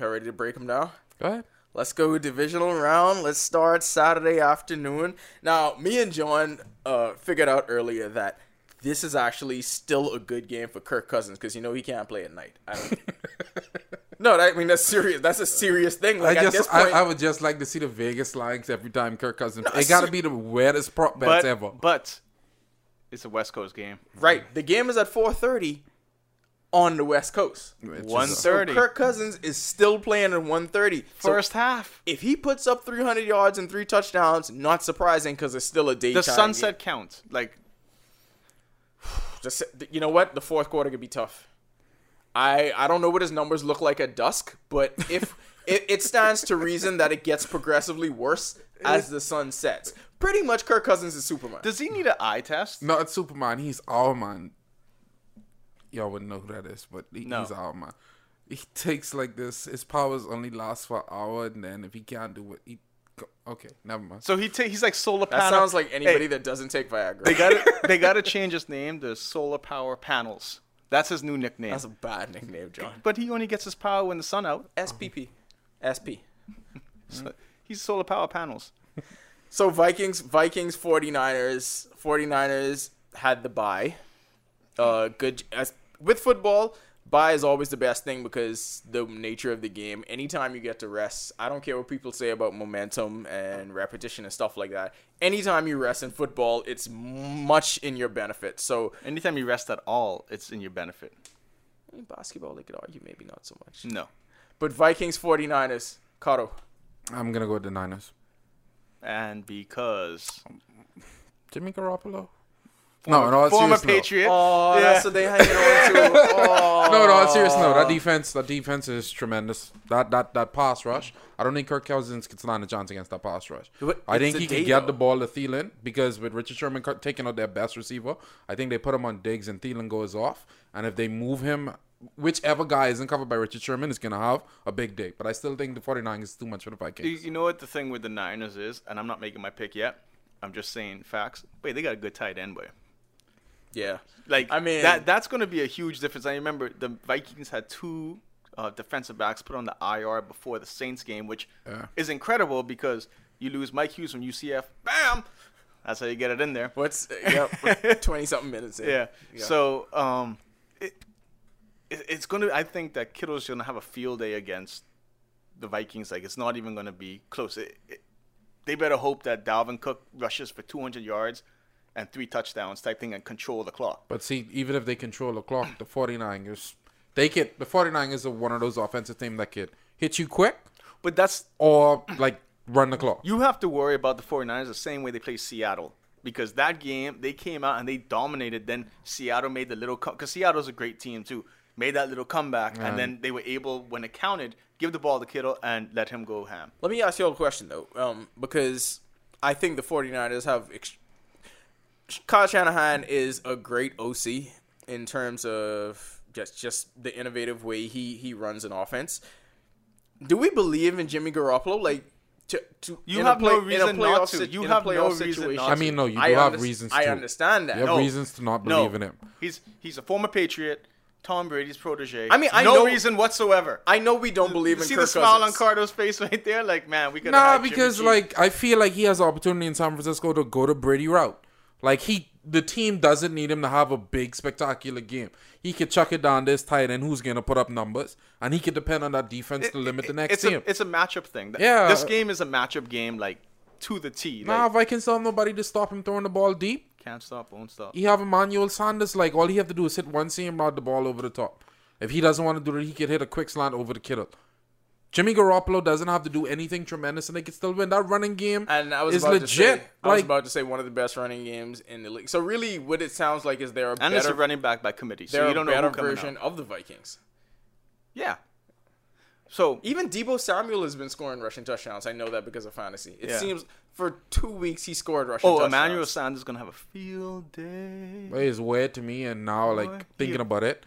Y'all ready to break them down?
Go ahead.
Let's go divisional round. Let's start Saturday afternoon. Now, me and John uh, figured out earlier that this is actually still a good game for Kirk Cousins because you know he can't play at night. I don't... no, that, I mean that's serious. That's a serious thing. Like
I
at this
just,
point,
I, I would just like to see the Vegas lines every time Kirk Cousins.
I
it got
see-
to be the weirdest prop bets
But
ever.
but it's a West Coast game.
right? The game is at 4:30 on the West Coast.
It's
One
just-
So
thirty.
Kirk Cousins is still playing at 1:30. So
First half.
if he puts up 300 yards and three touchdowns, not surprising because it's still a daytime.
The
game.
sunset count. Like
The se- the- you know what? The fourth quarter could be tough. I I don't know what his numbers look like at dusk, but if it, it stands to reason that it gets progressively worse as the sun sets. Pretty much, Kirk Cousins is Superman.
does he need an eye test?
No, it's Superman. He's our man. Y'all wouldn't know who that is, but he,
No.
he's our man. He takes like this. His powers only last for an hour, and then if he can't do it, he go- okay, never mind.
So he ta- he's like solar
that
panel.
sounds like anybody
Hey,
that doesn't take
they
Viagra.
got they got to change his name to Solar Power Panels. That's his new nickname.
That's a bad nickname, John.
but he only gets his power when the sun out.
SPP, SP. Mm.
So he's Solar Power Panels.
So Vikings, Vikings, 49ers, 49ers had the bye. Uh, good as with football, bye is always the best thing because the nature of the game. Anytime you get to rest, I don't care what people say about momentum and repetition and stuff like that. Anytime you rest in football, it's much in your benefit. So
Anytime you rest at all, it's in your benefit.
in basketball, they could argue maybe not so much.
No,
But Vikings, 49ers, Cotto.
I'm gonna go with the Niners.
and because
Jimmy Garoppolo. No, in all
Former
seriousness, no.
Patriot.
Oh,
Yeah.
that's what they hanging on to. Oh.
No, no, on a serious note, that defense, that defense is tremendous. That that that pass rush, I don't think Kirk Cousins gets line a chance against that pass rush.
But
I think
it's
he
a
could
day,
get
though.
the ball to Thielen because with Richard Sherman cut- taking out their best receiver, I think they put him on Diggs and Thielen goes off. And if they move him, whichever guy isn't covered by Richard Sherman is gonna have a big day. But I still think the 49 is too much for the
You,
Vikings.
you know what the thing with the Niners is, and I'm not making my pick yet. I'm just saying facts. Wait, they got a good tight end, boy.
Yeah.
Like
I mean-
that that's going to be a huge difference. I remember the Vikings had two uh, defensive backs put on the IR before the Saints game, which
Yeah.
is incredible because you lose Mike Hughes from UCF. Bam, that's how you get it in there.
What's uh, yep, twenty something minutes in.
Yeah. So um, it, it it's going to. I think that Kittle's going to have a field day against the Vikings. Like it's not even going to be close. It, it, they better hope that Dalvin Cook rushes for 200 yards and three touchdowns type thing and control the clock.
But see, even if they control the clock, the 49ers, they could. The 49ers are one of those offensive team that could hit you quick
But that's
or like run the clock.
you have to worry about the 49ers the same way they play Seattle because that game they came out and they dominated then Seattle made the little cuz Seattle's a great team too made that little comeback and then they were able when it counted give the ball to Kittle and let him go ham
Let me ask you all a question though, um, because I think the 49ers have. Ex- Kyle Shanahan is a great OC in terms of just just the innovative way he he runs an offense. Do we believe in Jimmy Garoppolo? Like to to
You
in a
have no
in a
reason not
playoff
to.
sit-
You
in a
have no
playoff
reason
situation.
not
I mean, no, you do
I
have
unders-
reasons.
I
to.
understand that.
You have
No.
reasons to not
no
believe in him.
he's he's a former patriot Tom Brady's protege
I mean, I
no
know-
reason whatsoever
I know we don't believe
you
in
see
Kirk
the smile on Cardo's
Cousins.
face right there like man we could
Nah, because like I feel like he has an opportunity in San Francisco to go to Brady route. Like he, the team doesn't need him to have a big spectacular game. He could chuck it down this tight end who's gonna put up numbers, and he could depend on that defense to limit the next
it's
team.
a, it's a matchup thing Th-
Yeah.
this game is a matchup game like to the T
nah,
like,
Vikings don't have nobody to stop him throwing the ball deep.
can't stop won't stop
He have Emmanuel Sanders. Like all he have to do is hit one seam, route the ball over the top. If he doesn't want to do that, he could hit a quick slant over the Kittle. Jimmy Garoppolo doesn't have to do anything tremendous, and they can still win. That running game
And I was
is
about
legit.
To say, I was
like
about to say one of the best running games in the league. So really, what it sounds like is they're a
And it's a
better,
running back by committee,
they're
so you
a
don't know
better
who coming
version
up.
of the Vikings.
Yeah. So
Even Debo Samuel has been scoring rushing touchdowns. I know that because of fantasy. It
Yeah.
seems for two weeks he scored rushing.
oh,
touchdowns.
Emmanuel Sanders is gonna have a field day.
It's weird to me, and now
Boy,
like thinking
you-
about it,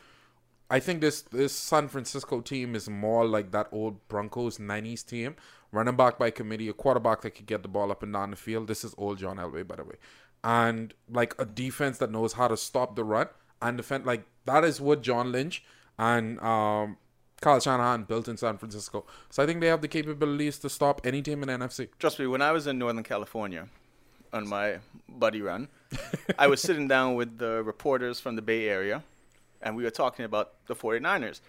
I think this this San Francisco team is more like that old Broncos '90s team, running back by committee, a quarterback that could get the ball up and down the field. This is old John Elway, by the way, and like a defense that knows how to stop the run and defend. Like that is what John Lynch and um, Kyle Shanahan built in San Francisco. So I think they have the capabilities to stop any team in NFC.
Trust me, when I was in Northern California on my buddy run, I was sitting down with the reporters from the Bay Area, and we were talking about the 49ers.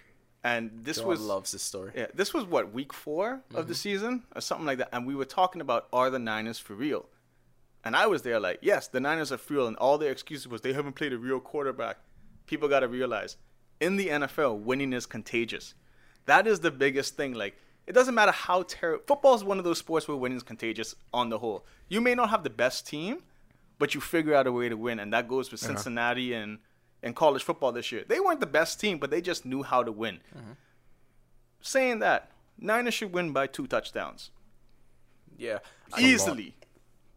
And this
God
was
loves this story.
Yeah, this was what week 4 of the season or something like that, and we were talking about are the Niners for real? And I was there like, yes, the Niners are for real, and all their excuses was they haven't played a real quarterback. People got to realize, in the NFL, winning is contagious. That is the biggest thing. Like, it doesn't matter how terrible football is one of those sports where winning is contagious on the whole. You may not have the best team, but you figure out a way to win, and that goes with Cincinnati and in college football this year. They weren't the best team, but they just knew how to win saying that, Niners should win by two touchdowns.
Yeah. I-
Easily.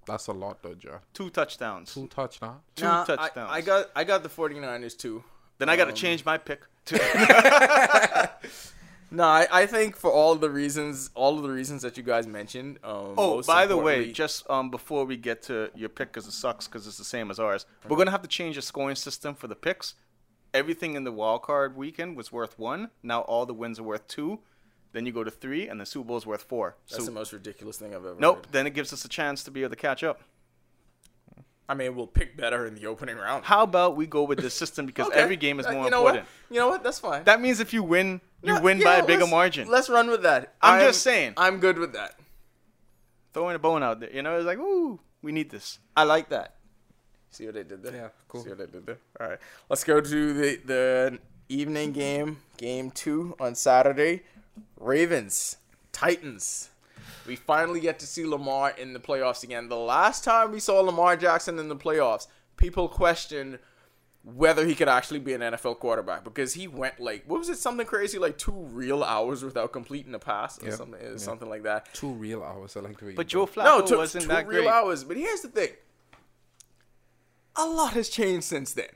That's a lot, though, John.
Two touchdowns.
Two touchdowns.
Two
nah, I-
touchdowns.
I, got I got the 49ers too.
then I
Um,
got to change my pick. To,
No, I, I think for all the reasons, all of the reasons that you guys mentioned. Um,
oh,
most
by the way,
importantly-
just um, before we get to your pick, because it sucks because it's the same as ours, we're going to have to change the scoring system for the picks. Everything in the wild card weekend was worth one. Now all the wins are worth two. Then you go to three, and the Super Bowl is worth four.
that's the
so,
most ridiculous thing I've ever.
nope.
heard.
Then it gives us a chance to be able to catch up.
I mean, we'll pick better in the opening round.
How about we go with this system because
Okay.
every game is
Uh,
more
you know
important.
What? You know what? That's fine.
That means if you win, you
No,
win by
yeah,
a bigger
let's-
margin.
Let's run with that.
I'm just saying.
I'm good with that.
throwing a bone out there. You know, it's like, ooh, we need this.
I like that. See what I did there?
Yeah, cool.
See what I did there? All right. Let's go to the, the evening game, game two on Saturday. Ravens, Titans. We finally get to see Lamar in the playoffs again. The last time we saw Lamar Jackson in the playoffs, people questioned whether he could actually be an NFL quarterback because he went like what was it something crazy like two real hours without completing a pass or something something like that.
Two real hours. I like to
But Joe Flacco
No, it took
wasn't
two
that
real
great.
hours. But here's the thing: a lot has changed since then.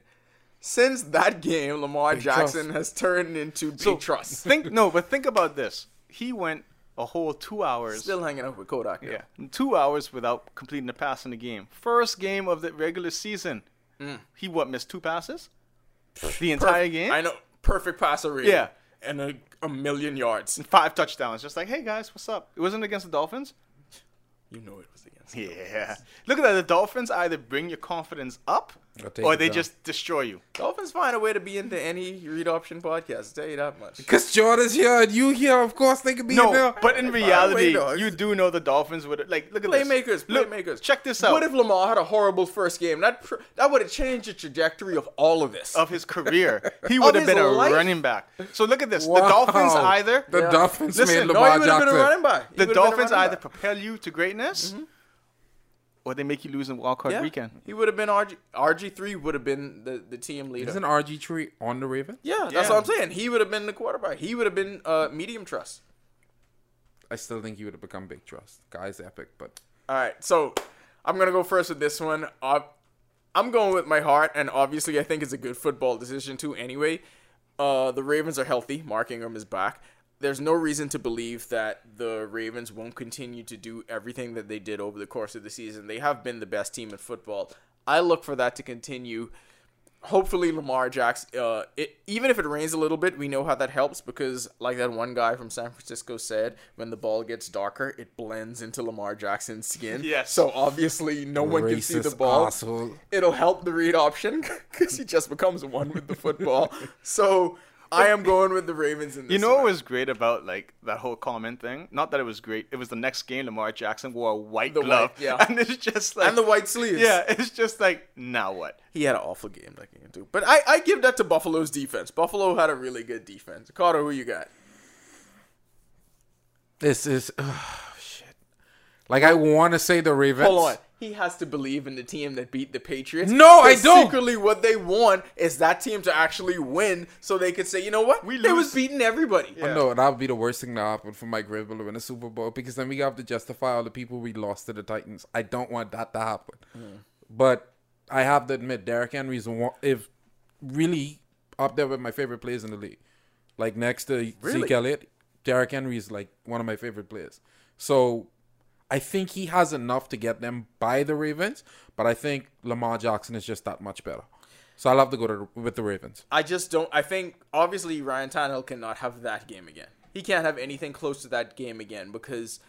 Since that game, Lamar Jackson
trust.
has turned into big
So-
trust.
think no, but think about this. He went a whole two hours.
Still hanging out with Kodak. though.
yeah, two hours without completing a pass in the game. First game of the regular season. He what missed two passes? The
Perf-
entire game.
I know. Perfect passer rating.
Yeah.
And a, a million yards.
Five touchdowns. Just like, hey guys, what's up? It wasn't against the Dolphins.
You know it was against.
Yeah. Look at that. The Dolphins either bring your confidence up
Or take
or
it
they
down.
just destroy you.
Dolphins find a way to be into any read option podcast. I'll tell you that much.
Because Jordan's here and you here, of course they could be in
No,
there.
but in
Wait,
reality,
no, it's-
you do know the Dolphins would like look at this.
Playmakers,
Look,
playmakers.
check this out.
What if Lamar had a horrible first game? That pr- that would have changed the trajectory of all of this.
of his career. He
Of
would have
his
been a
life.
running back. So look at this. The
Wow.
Dolphins either
The
Yeah.
Dolphins
Listen,
no,
made
he
Lamar
would have been a running
Jackson.
back. He
the
would've been a
Dolphins
running
either
back. Mm-hmm.
propel you to greatness or they make you lose in wild card
Yeah.
weekend.
He would have been RG RG three would have been the, the team leader.
Isn't RG3 on the Ravens?
yeah, that's
Yeah.
what I'm saying. He would have been the quarterback. He would have been uh, medium trust.
I still think he would have become Big Trust. Guy's epic, but
All right, so I'm gonna go first with this one. Uh, I'm going with my heart, and obviously, I think it's a good football decision too. Anyway, uh, the Ravens are healthy. Mark Ingram is back. There's no reason to believe that the Ravens won't continue to do everything that they did over the course of the season. They have been the best team in football. I look for that to continue. Hopefully, Lamar Jackson. Uh, it, even if it rains a little bit, we know how that helps because, like that one guy from San Francisco said, when the ball gets darker, it blends into Lamar Jackson's skin.
Yes.
So obviously, no one can see the
racist
ball
asshole.
it'll help the read option because he just becomes one with the football. so I am going with the Ravens in this.
You know what
one.
was great about like that whole comment thing? Not that it was great. It was the next game Lamar Jackson wore a white
The white,
glove.
yeah.
And it's just like
and the white sleeves.
Yeah, it's just like now what?
he had an awful game that game too. But I, I give that to Buffalo's defense. Buffalo had a really good defense. Carter, who you got?
This is shit. Like I want to say the Ravens.
Hold on. He has to believe in the team that beat the Patriots.
No, I
'Cause
don't.
Secretly, what they want is that team to actually win, so they could say, you know what,
We
they was
lose.
beating everybody.
Yeah.
No, that would be the worst thing to happen for Mike Vrabel to win a Super Bowl because then we have to justify all the people we lost to the Titans. I don't want that to happen. But I have to admit, Derrick Henry is one, if really up there with my favorite players in the league. Like next to Zeke
Really?
Elliott, Derrick Henry is like one of my favorite players. So I think he has enough to get them by the Ravens, but I think Lamar Jackson is just that much better. So I'll have to go to, with the Ravens.
I just don't. I think obviously Ryan Tannehill cannot have that game again. He can't have anything close to that game again because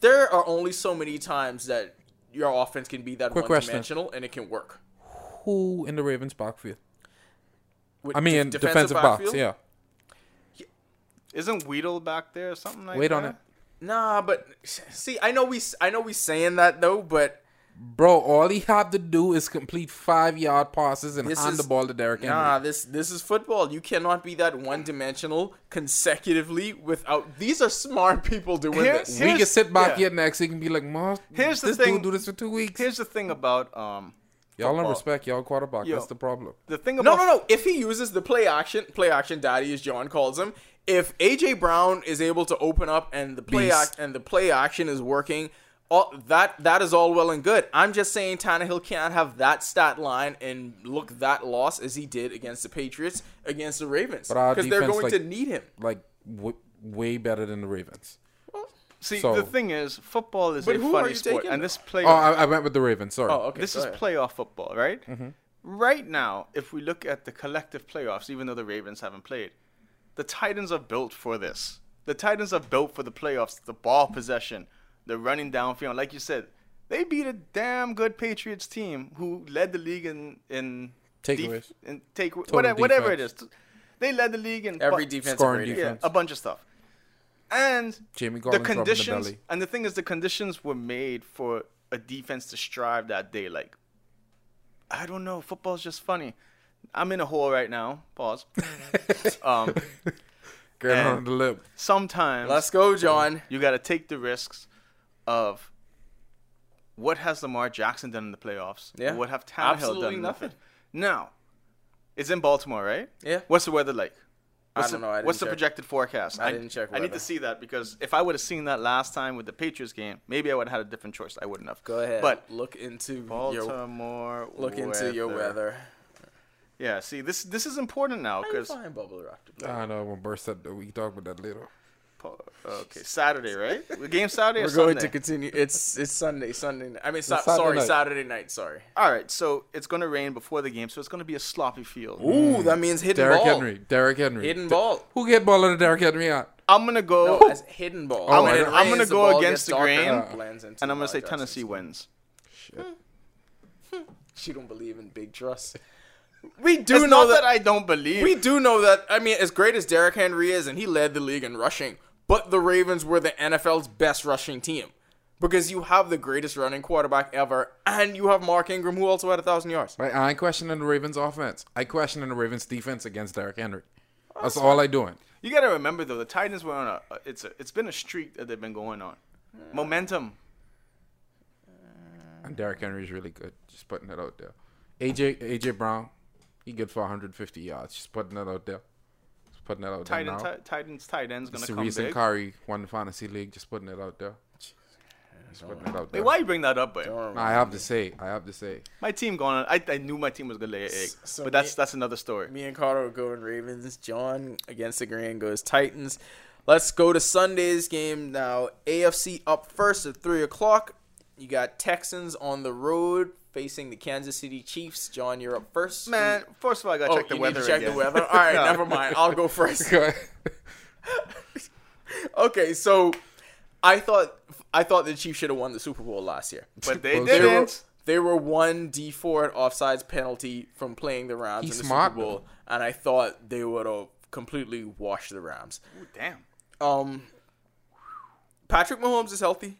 there are only so many times that your offense can be that
Quick question.
one-dimensional and it can work.
Who in the Ravens backfield?
With
I mean,
de-
defensive, box.
backfield?
Yeah.
Isn't Weedle back there or something like
Wait
that?
on it.
Nah, but see, I know we, I know we saying that though, but
Bro, all he had to do is complete five yard passes and
This
hand
is-
the ball to Derrick Henry.
nah, this this is football. You cannot be that one-dimensional consecutively without. These are smart people doing
Here-
this.
we
here's-
can sit back
yeah.
here next week and be like, Ma,
Here's the
this
thing-
dude do this for two weeks.
Here's the thing about um
Y'all don't
football.
respect y'all quarterback.
Yo.
That's the problem.
the thing
No,
about
no,
Oh.
no. If he uses the play action, play action daddy, as John calls him, if AJ Brown is able to open up and the play
Beast.
act and the play action is working, all that that is all well and good. I'm just saying Tannehill can't have that stat line and look that loss as he did against the Patriots, against the Ravens,
our
because they're
defense,
going
like-
to need him.
Like, w- way better than the Ravens.
See,
So-
the thing is, football is
But
a
who are
funny
you
sport,
taking,
and
though?
this playoff,
Oh, I, I went with the Ravens. Sorry.
Oh, okay.
this
go
is
ahead. Mm-hmm.
playoff football, right? Right now, if we look at the collective playoffs, even though the Ravens haven't played, the Titans are built for this. The Titans are built for the playoffs, the ball possession, the running downfield. Like you said, they beat a damn good Patriots team who led the league in in
Takeaways.
in take whatever, whatever it is.
defense.
They led the league in
Every
bu-
defense
scoring
rating.
defense.
yeah, a bunch of stuff. And
Jamie
the
Garland dropping the
conditions,
belly.
and the thing is, the conditions were made for a defense to strive that day. Like, I don't know, football's just funny. I'm in a hole right now. Pause. um,
Get
and-
on the lip.
sometimes
Let's go, John.
you got to take the risks of what has Lamar Jackson done in the playoffs?
Yeah.
What have Tannehill done? in
Absolutely
the
nothing.
playoffs? Now, it's in Baltimore, right?
Yeah.
What's the weather like?
I
What's
don't
the,
know, I
what's
didn't
the
check.
projected forecast?
I didn't check
I need
weather.
to see that because if I would have seen that last time with the Patriots game, maybe I would have had a different choice. I wouldn't have.
Go ahead.
But
look into your
Baltimore,
look into your weather.
Yeah. See, this this is important now
How you
because
find bubble wrap?
I know. We'll burst that. We can talk about that later.
okay, Saturday, right? The game Saturday.
We're
or
going
Sunday?
to continue. It's it's Sunday. Sunday. Night. I mean, so,
Saturday
sorry,
night.
Saturday night. Sorry.
All right, so it's going to rain before the game, so it's going to be a sloppy field.
Ooh, that means hidden
Derrick
ball.
Henry. Derrick Henry.
Hidden
D-
ball.
Who get ball under Derrick Henry at?
I'm going to go,
No, that's hidden ball.
Oh,
When
I
it
know.
I'm gonna
rains,
go
ball
against
gets
the
darker
grain,
and blends into
and I'm going
Lamar
to say
Jackson's
Tennessee wins.
Shit.
She don't believe in big trust. We do
It's not
know
that, I don't believe.
we do know that. I mean, as great as Derrick Henry is, and he led the league in rushing, but the Ravens were the NFL's best rushing team because you have the greatest running quarterback ever, and you have Mark Ingram, who also had a thousand yards.
Right, I ain't questioning the Ravens offense. I questioning the Ravens defense against Derrick Henry. That's all I doing.
you got to remember though, the Titans were on a it's a, it's been a streak that they've been going on. Momentum.
And Derrick Henry's really good. Just putting it out there. AJ AJ Brown, he good for 150 yards. Just putting it out there. Just putting it out there
Titan,
now.
ti- Titans tight end's going
It's
to
the
come
reason
big.
Kyrie won the fantasy league. Just putting it out there. Just putting it out
Wait,
there.
why you bring that up, boy?
No, I have to say. I have to say.
My team going. I, I knew my team was going to lay an egg,
so
but that's
me-
that's another story.
Me and Carter are going Ravens. John against the grain goes Titans. Let's go to Sunday's game now. AFC up first at three o'clock. You got Texans on the road facing the Kansas City Chiefs. John, you're up first.
Man, Mm, first of all, I got to
oh,
check the
you
weather.
need to check
again.
the weather. All right,
No.
never mind. I'll go first.
That's
Okay, so I thought I thought the Chiefs should have won the Super Bowl last year.
But they
Well, they were-
didn't.
They were one D four offsides penalty from playing the Rams
He's
in the
smart,
Super Bowl, and I thought they would have completely washed the Rams.
Oh, Damn.
Um, Patrick Mahomes is healthy.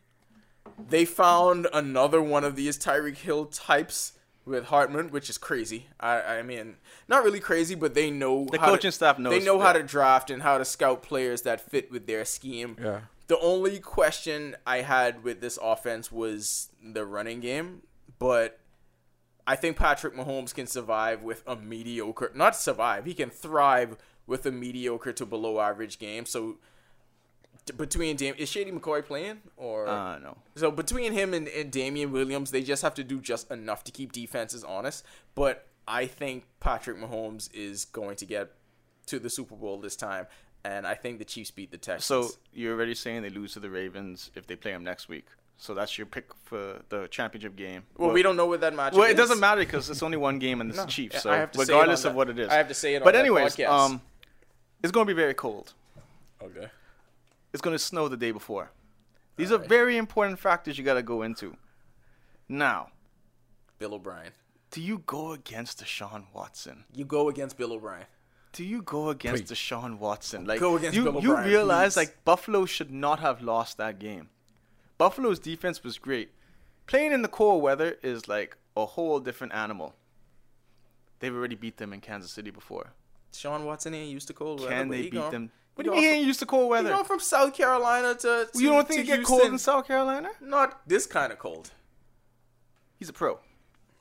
They found another one of these Tyreek Hill types with Hartman, which is crazy. I, I mean, not really crazy, but they know the
coaching staff knows,
They know how
yeah.
to draft and how to scout players that fit with their scheme.
Yeah.
The only question I had with this offense was the running game, but I think Patrick Mahomes can survive with a mediocre, not survive, he can thrive with a mediocre to below average game. So d- between Dam- is Shady McCoy playing or
Uh, no.
so between him and, and Damian Williams, they just have to do just enough to keep defenses honest. But I think Patrick Mahomes is going to get to the Super Bowl this time, and I think the Chiefs beat the Texans.
So you're already saying they lose to the Ravens if they play them next week. So that's your pick for the championship game.
well, we don't know what that match.
Well, it doesn't matter because it's only one game and it's the Chiefs. So
I have to say it
regardless
on
of
the-
what it is,
I have to say it on
But
the
anyways,
podcast.
um, it's going to be very cold.
Okay.
It's going to snow the day before. These are very important factors you got to go into. Now,
Bill O'Brien.
do you go against Deshaun Watson?
You go against Bill O'Brien.
Do you go against Deshaun Watson? Like
Go against
you,
Bill
you
O'Brien,
realize
please.
like Buffalo should not have lost that game. Buffalo's defense was great. Playing in the cold weather is like a whole different animal. They've already beat them in Kansas City before.
Sean Watson ain't used to cold weather.
Can
but
they
he
beat
gone-
them? What
he
do you mean
gone
he ain't used to cold
from-
weather?
He gone from South Carolina to, to
you don't think
to
it get
Houston.
cold in South Carolina?
Not this kind of cold.
He's a pro.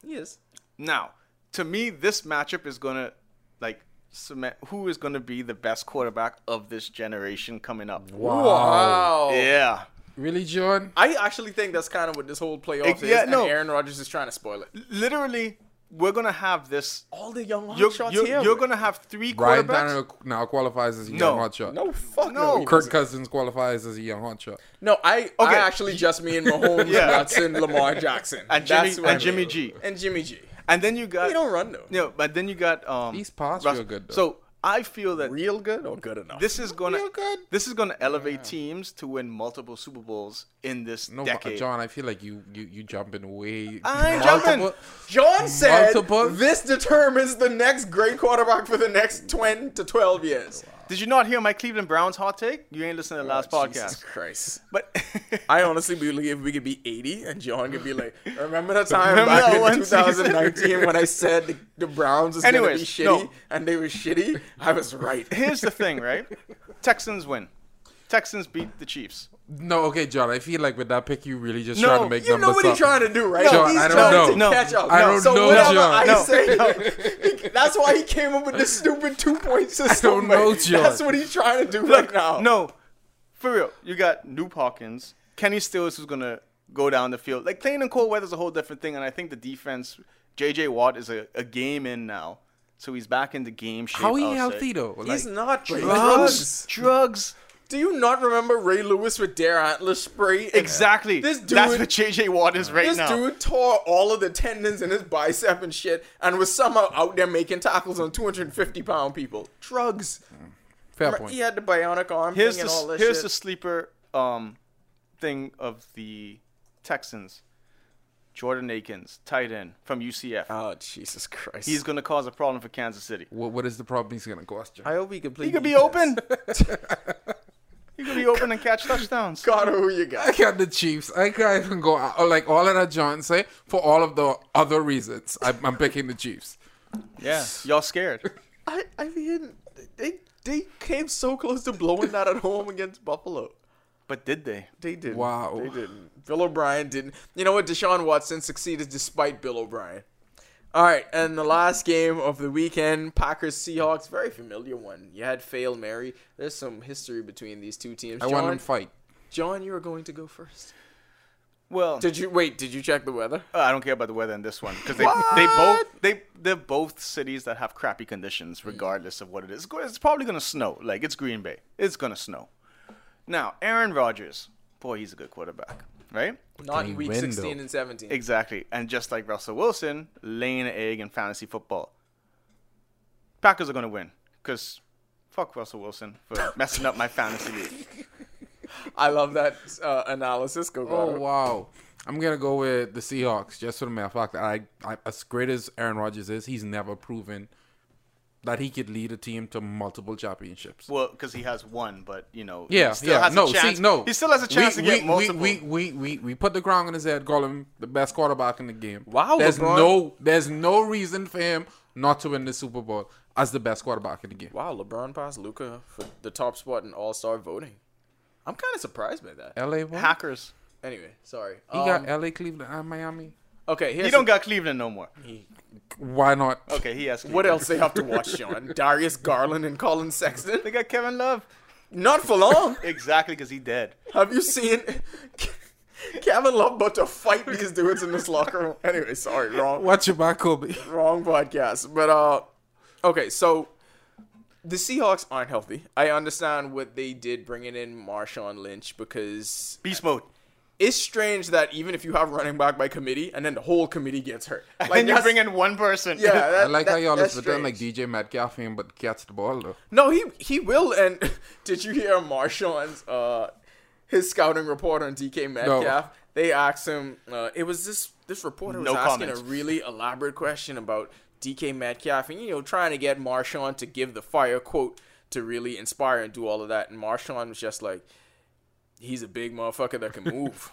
He is.
Now, to me, this matchup is gonna like cement who is gonna be the best quarterback of this generation coming up.
Wow.
Yeah.
Really, John?
I actually think that's kind of what this whole playoff
Ex-
is,
yeah,
and
no.
Aaron Rodgers is trying to spoil it.
Literally, we're gonna have this
All the young
you're,
hotshots
you're,
here.
you're gonna have three
Ryan
quarterbacks.
Tannehill now qualifies as a
No.
young hot shot.
no fuck
No.
no. he
Kirk
doesn't.
Cousins qualifies as a young hot shot.
No, I I
Okay.
actually just me and Mahomes,
Yeah.
Watson, Lamar Jackson,
And
That's
Jimmy-
what
and
I
Jimmy
mean.
G. Uh,
and Jimmy G.
and then you got
He don't run though.
you know, but then you got um
These pass
Russ-
real good, though.
So I feel that
Real good or good enough?
this is gonna
Real good.
this is gonna elevate teams to win multiple Super Bowls in this
No, but, uh,
decade.
John, I feel like you you you jumping way.
I ain't jumping.
John said
Multiple-
this determines the next great quarterback for the next 10 to 12 years.
Did you not hear my Cleveland Browns hot take? You ain't listening to the last
Oh,
podcast.
Jesus Christ.
But
I honestly believe we could be 80 and John could be like, remember the time
Remember
back
that
in
one
2019 when I said the, the Browns is going to be
Anyways,
shitty
no.
and they were shitty? I was right.
here's the thing, right? Texans win. Texans beat the Chiefs.
No, okay, John. I feel like with that pick, you really just
No,
trying to make
You know
numbers
what he's
up.
trying to do, right?
John,
he's
I don't
trying
know.
to
No.
catch up.
I don't
so
know,
whatever
John.
I
No.
say, that's why he came up with this stupid two-point system.
don't know,
man.
John.
That's what he's trying to do right now.
No, for real. You got New Hawkins. Kenny Stills is gonna go down the field. Like playing in cold weather is a whole different thing, and I think the defense. J.J. Watt is a, a game in now, so he's back into game shape.
How he
I'll say.
healthy though?
he's
Like,
not Ray
Drugs,
Lewis.
drugs.
Do you not remember Ray Lewis with Dare Atlas spray? And
Exactly.
This dude.
That's what J.J. Watt is right
this
now.
dude tore all of the tendons in his bicep and shit, and was somehow out there making tackles on 250 pound people. Drugs.
fair
Right,
point.
He had the bionic arm
here's
thing
the
and all
s-
this
here's
shit.
the sleeper um thing of the Texans. Jordan Akins, tight end from UCF.
oh Jesus Christ!
He's gonna cause a problem for Kansas City.
What, what is the problem he's gonna cause, John?
I hope he can play.
He could be
defense.
open. he could be open and catch touchdowns.
God, who you
I
got?
got the Chiefs. I can't even go out. like all of that John say for all of the other reasons. I, I'm picking the Chiefs.
Yeah, y'all scared.
I, I mean, they they came so close to blowing that at home against Buffalo.
But did they?
They didn't.
Wow.
They didn't. Bill O'Brien didn't. You know what? Deshaun Watson succeeded despite Bill O'Brien. All right, and the last game of the weekend, Packers Seahawks, very familiar one. You had Fail Mary. There's some history between these two teams.
I
John,
want them to fight.
John, you are going to go first.
Well,
Did you wait? Did you check the weather?
uh, I don't care about the weather in this one because they, they both they they're both cities that have crappy conditions, regardless of what it is. It's go- It's probably gonna snow. Like it's Green Bay. It's gonna snow. Now, Aaron Rodgers, boy, he's a good quarterback, right?
Not
They
in week
win,
16
though.
and 17.
Exactly. And just like Russell Wilson, laying an egg in fantasy football. Packers are going to win because fuck Russell Wilson for messing up my fantasy league.
I love that uh, analysis. Go
Oh
go.
wow. I'm gonna go with the Seahawks just for the mere fact that I, I as great as Aaron Rodgers is, he's never proven that he could lead a team to multiple championships.
Well, because he has one, but you know,
Yeah,
he still
yeah.
has
no,
a chance.
see, no.
he still has a chance
we,
to get
we,
multiple.
We, we, we, we, we put the ground on his head, call him the best quarterback in the game.
Wow,
there's
LeBron.
no, there's no reason for him not to win the Super Bowl as the best quarterback in the game.
Wow, LeBron passed Luca for the top spot in All Star voting. I'm kind of surprised by that.
L.A. What?
Hackers.
Anyway, sorry.
he
Um,
got L.A. Cleveland and Miami.
okay, here's
He don't got Cleveland no more.
Why not?
Okay, he has.
what
Cleveland.
else they have to watch, Sean? Darius Garland and Colin Sexton?
They got Kevin Love.
Not for long.
Exactly, because he dead.
have you seen Kevin Love about to fight these dudes in this locker room? Anyway, sorry, wrong.
Watch your back, Kobe.
wrong podcast. But uh okay, so the Seahawks aren't healthy. I understand what they did bringing in Marshawn Lynch because
Beast mode.
it's strange that even if you have running back by committee and then the whole committee gets hurt. Like
and you
that's-
bring in one person.
yeah, that,
I like
that,
how y'all is
that's
pretend
strange.
like DJ Metcalf him, but catch the ball though.
No, he he will. And did you hear Marshawn's uh his scouting report on DK Metcalf? They asked him. Uh, it was this this reporter was
No
asking
comment.
a really elaborate question about DK Metcalf, and you know trying to get Marshawn to give the fire quote to really inspire and do all of that. And Marshawn was just like, he's a big motherfucker that can move.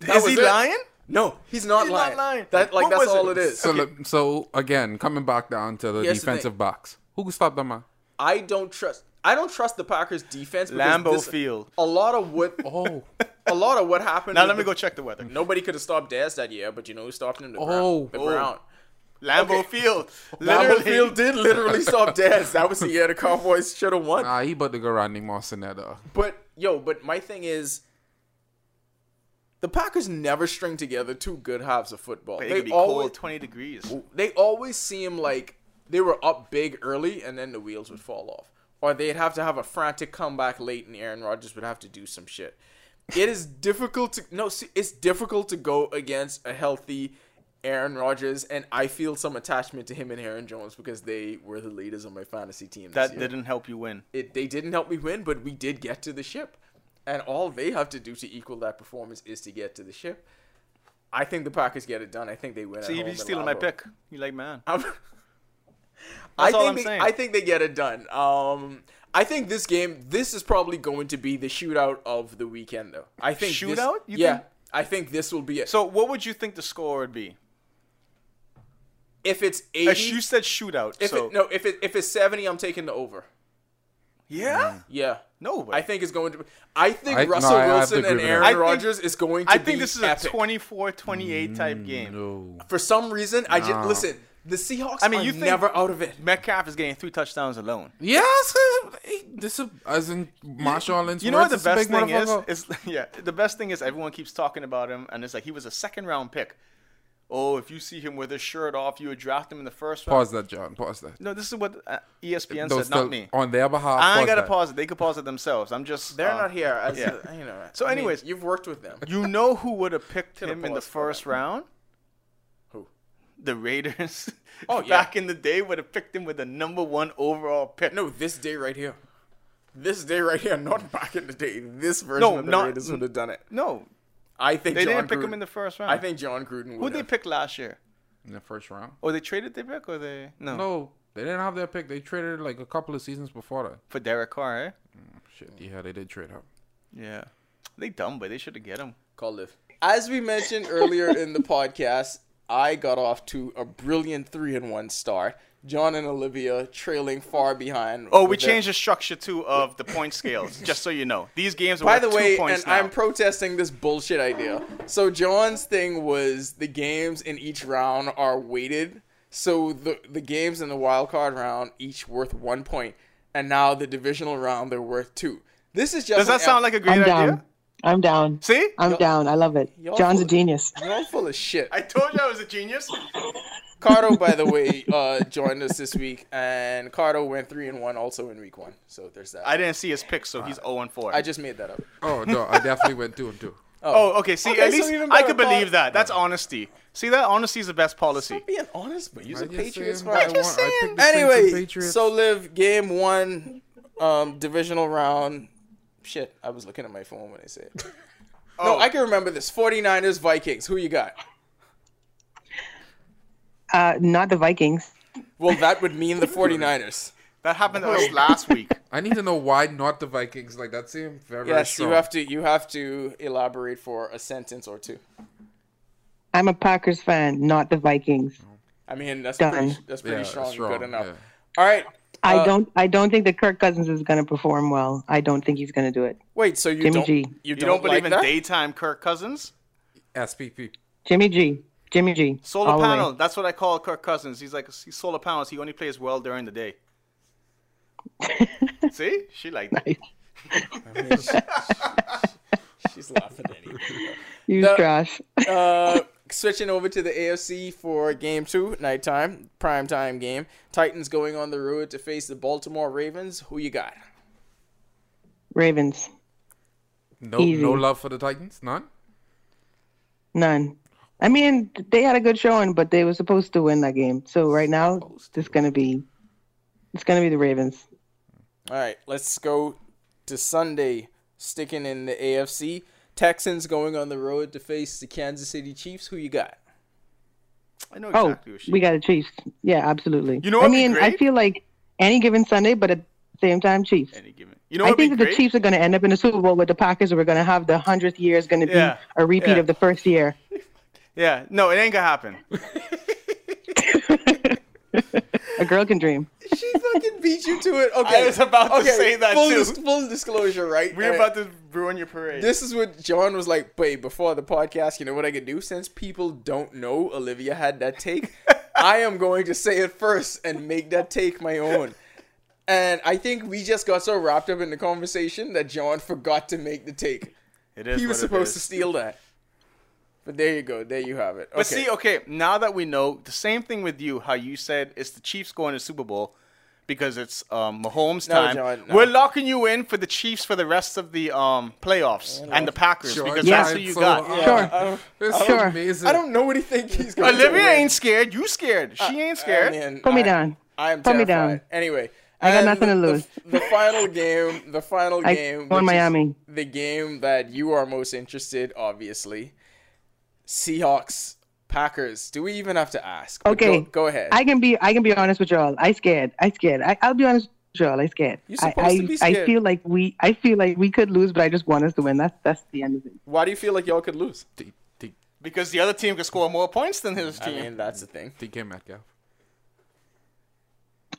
That
Is he
was it.
lying?
No, he's not
He's not
lying.
lying.
That like
What
that's
was
all
it?
it is.
So, look- so again, coming back down to the
Here's the thing.
defensive box, who can stop them? Man?
I don't trust. I don't trust the Packers defense. because
Lambeau
this-
Field.
A lot of what
Oh,
a lot of what happened.
Now
with
let me
the-
go check the weather.
Nobody could have stopped Daz that year, but you know who stopped him? The
Oh.
Brown. The Brown.
Lambeau
Okay.
Field.
Lambeau
Literally.
Field did literally stop Daz. That was the year the Cowboys should have won.
ah, he but the go Randy Moss in there though.
But yo, but my thing is, the Packers never string together two good halves of football.
It
they
could be
always
cold, 20 degrees.
they always seem like they were up big early and then the wheels would fall off, or they'd have to have a frantic comeback late, and Aaron Rodgers would have to do some shit. It is difficult to no, see, it's difficult to go against a healthy Aaron Rodgers, and I feel some attachment to him and Aaron Jones because they were the leaders on my fantasy team. This
That
year.
didn't help you win.
It, they didn't help me win, but we did get to the ship, and all they have to do to equal that performance is to get to the ship. I think the Packers get it done. I think they win.
See,
at home
you're
in
stealing my
Lambeau.
pick. You like, man.
I'm-
That's
I think
all I'm
they,
saying.
I think they get it done. Um, I think this game, this is probably going to be the shootout of the weekend, though. I think this-
Shootout? You
yeah,
think-
I think this will be it.
So, what would you think the score would be?
if it's
Uh,
eighty,
You said shootout.
if
so
it, no, if it if it's seventy, I'm taking the over.
Yeah.
Yeah.
Mm. No way.
I think it's going to be. I think
I- no,
Russell
I have to
Wilson
agree
and
with that.
Aaron
I think-
Rodgers is going to
I
be
think this is
epic. Mm,
a 24-28 type game.
No.
For some reason, I
Nah.
just listen. The Seahawks
I mean,
are
you think-
never out of it.
Metcalf is getting three touchdowns alone.
Yes, this is as in Marshall Lynch.
You know what the
Lawrence is a
best
big
thing is?
motherfucker.
It's yeah. The best thing is everyone keeps talking about him, and it's like he was a second round pick. Oh, if you see him with his shirt off, you would draft him in the first round.
Pause that, John. Pause that.
No, this is what uh, ESPN
Those
said, not
the-
me.
On their behalf.
I ain't
pause
gotta
that.
pause it. They could pause it themselves. I'm just
They're
uh,
not here. I,
yeah.
you know.
So
I mean,
anyways-
you've worked with them.
You know who would have picked
Could've
him in the
paused for
first
that.
round?
Who?
The Raiders.
Oh, yeah.
Back in the day, would have picked him with the number one overall pick.
No, this day right here. This day right here, not back in the day. This version
No,
of the
not-
Raiders would have done it.
no,
I think
they
John
didn't pick
Gruden,
him in the first round.
I think John Gruden
who
would.
they
Have.
pick last year?
In the first round.
Or they traded their pick, or they no,
No, they didn't have their pick. They traded like a couple of seasons before that.
for Derek Carr. Eh?
Shit. Yeah, they did trade up.
Yeah, they dumb, but they should have get him.
Call Liv. As we mentioned earlier in the podcast, I got off to a brilliant three and one start. John and Olivia trailing far behind.
Oh, we
with their-
changed the structure too of the point scales, just so you know. These games are
By
worth
the
two
way,
points
and
now.
I'm protesting this bullshit idea. So John's thing was the games in each round are weighted. So the the games in the wild card round each worth one point, and now the divisional round they're worth two. This is just
Does that sound like a great
I'm down.
idea?
I'm down.
See,
I'm down. I love it.
Y'all
John's a
full-
genius.
you're full of shit?
I told you I was a genius.
Cardo, by the way, uh, joined us this week, and Cardo went three and one also in week one. So there's that.
I
I,
didn't see his pick, so he's 0 and 4.
just made that up.
Oh no, I definitely went two and two.
oh, okay. See,
Okay,
at
so
least
even
I
better,
could
Paul.
believe that. That's honesty. See, that honesty is the best policy.
Stop being honest, but you're a
I just
Patriots
said
fan.
I
just
want- I
saying.
picked the Saints and
Anyway,
Patriots.
so live game one, um, divisional round. Shit, I was looking at my phone when I said. it.
Oh.
Oh,
No, I can remember this. 49ers, Vikings. Who you got?
Uh, not the Vikings.
Well, that would mean the 49ers.
That happened to us last week.
I need to know why not the Vikings. Like that seemed very very
Yes,
strong.
you have to you have to elaborate for a sentence or two.
I'm a Packers fan, not the Vikings.
I mean, that's
Done.
pretty that's pretty
Yeah,
strong, and
strong,
good enough.
yeah.
All right.
I
uh,
don't. I don't think that Kirk Cousins is going to perform well. I don't think he's going to do it.
Wait, so you
Jimmy
don't
G.
You
you,
don't, believe
like
in
that?
daytime Kirk Cousins?
SPP.
Jimmy G. Jimmy G.
Solar
all the way.
panel. That's what I call Kirk Cousins. He's like he's solar panels. He only plays well during the day. See, she like that.
She's laughing at you.
Use
No.
trash.
Uh, switching over to the AFC for game two, nighttime, prime time game. Titans going on the road to face the Baltimore Ravens. Who you got?
Ravens.
No,
Easy.
no love for the Titans. None.
None. I mean, they had a good showing, but they were supposed to win that game. So right now, it's going to be, it's going to be the Ravens.
All right, let's go to Sunday, sticking in the AFC. Texans going on the road to face the Kansas City Chiefs. Who you got?
I know
Oh,
exactly what she.
we got the Chiefs. Yeah, absolutely.
You know
I
what'd be
mean, I
great?
feel like any given Sunday, but at the same time, Chiefs.
Any given. You know
I
what
think
would
that
be great?
the Chiefs are going to end up in the Super Bowl with the Packers. We're going to have the hundredth year is going to be
Yeah,
a repeat
yeah.
of the first year.
Yeah. No, it ain't gonna happen.
A girl can dream.
She fucking beat you to it. Okay,
I was about to say that
full
too.
dis- full disclosure, right?
We're
And
about to ruin your parade.
This is what John was like, wait, before the podcast, you know what I could do? Since people don't know Olivia had that take, I am going to say it first and make that take my own. And I think we just got so wrapped up in the conversation that John forgot to make the take.
it is
He was
what it
supposed to
is.
steal that. But there you go. There you have it. Okay.
But see, okay, now that we know, the same thing with you, how you said it's the Chiefs going to Super Bowl because it's um, Mahomes
No,
time.
John, no.
We're locking you in for the Chiefs for the rest of the um, playoffs and the Packers
Sure,
because
yeah.
that's who you
So,
got.
uh,
Sure.
This is
Sure.
amazing.
I don't know what he think he's going to
Olivia
win. Uh,
ain't scared. You scared. She ain't scared.
I mean,
Put me
I-
down.
I am
Put me
terrified.
down.
Anyway,
I got
and
nothing to
the-
lose.
The, final game, the final
I
game,
won
which is
Miami.
the game that you are most interested, obviously. Seahawks, Packers. Do we even have to ask? But
Okay.
go, go ahead.
I can be I can be honest with y'all. I scared. I scared. I, I'll be honest with y'all. I scared.
You're
I,
supposed
I,
to be
I
scared.
feel like we I feel like we could lose, but I just want us to win. That's that's the end of it.
Why do you feel like y'all could lose?
T- T-
because the other team could score more points than his
I
team.
mean, that's the thing.
DK Metcalf.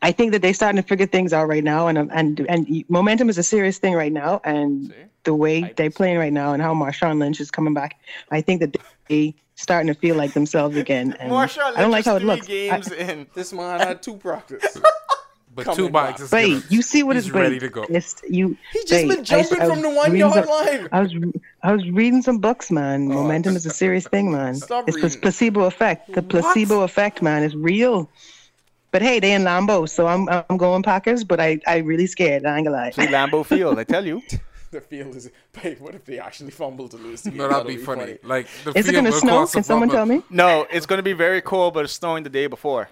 I think that they're starting to figure things out right now, and um, and and momentum is a serious thing right now, and
See?
the way
I-
they're playing right now, and how Marshawn Lynch is coming back, I think that they starting to feel like themselves again. And
Marshawn
I
Lynch
don't like
is
how it
three
looks. I,
games in.
This man had two practices.
But
Come
two
on,
bikes
Rob.
is
Babe,
giving-
you see what
he's
is
ready to go.
It's, you,
He's just
babe,
been jumping
I- I
from
was
the one
reading
yard
some-
line.
I was I was reading some books, man.
Oh,
Momentum is a serious thing, man.
Stop
it's
reading.
the placebo effect. The placebo effect, man, is real. But hey, they in Lambo, so I'm I'm going Packers, but I I really scared. I ain't gonna lie.
See Lambeau Field, I tell you.
the field is. Babe, what if they actually fumble to lose? the game?
No, that'd be funny. Like the
Is it
field
gonna
will
snow?
cost a
Can someone
bumper.
tell me?
No, it's gonna be very cold, but it's snowing the day before.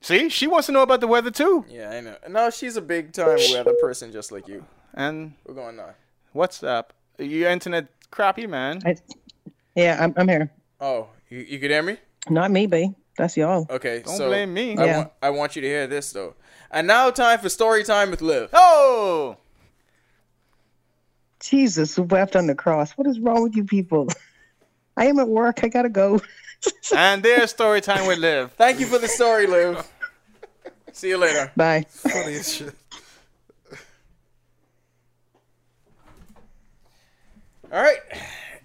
See, she wants to know about the weather too.
Yeah, I know. No, she's a big time weather person, just like you.
And
We're going on.
WhatsApp, your internet crappy, man.
I, yeah, I'm I'm here.
Oh, you, you could hear me?
Not me, babe. That's y'all.
Okay,
Don't
so
blame me.
I,
Yeah.
want, I want you to hear this though. And now, time for story time with Liv.
Oh,
Jesus wept on the cross. What is wrong with you people? I am at work. I gotta go.
and there's story time with Liv.
Thank you for the story, Liv. See you later.
Bye.
Funny as shit.
All right,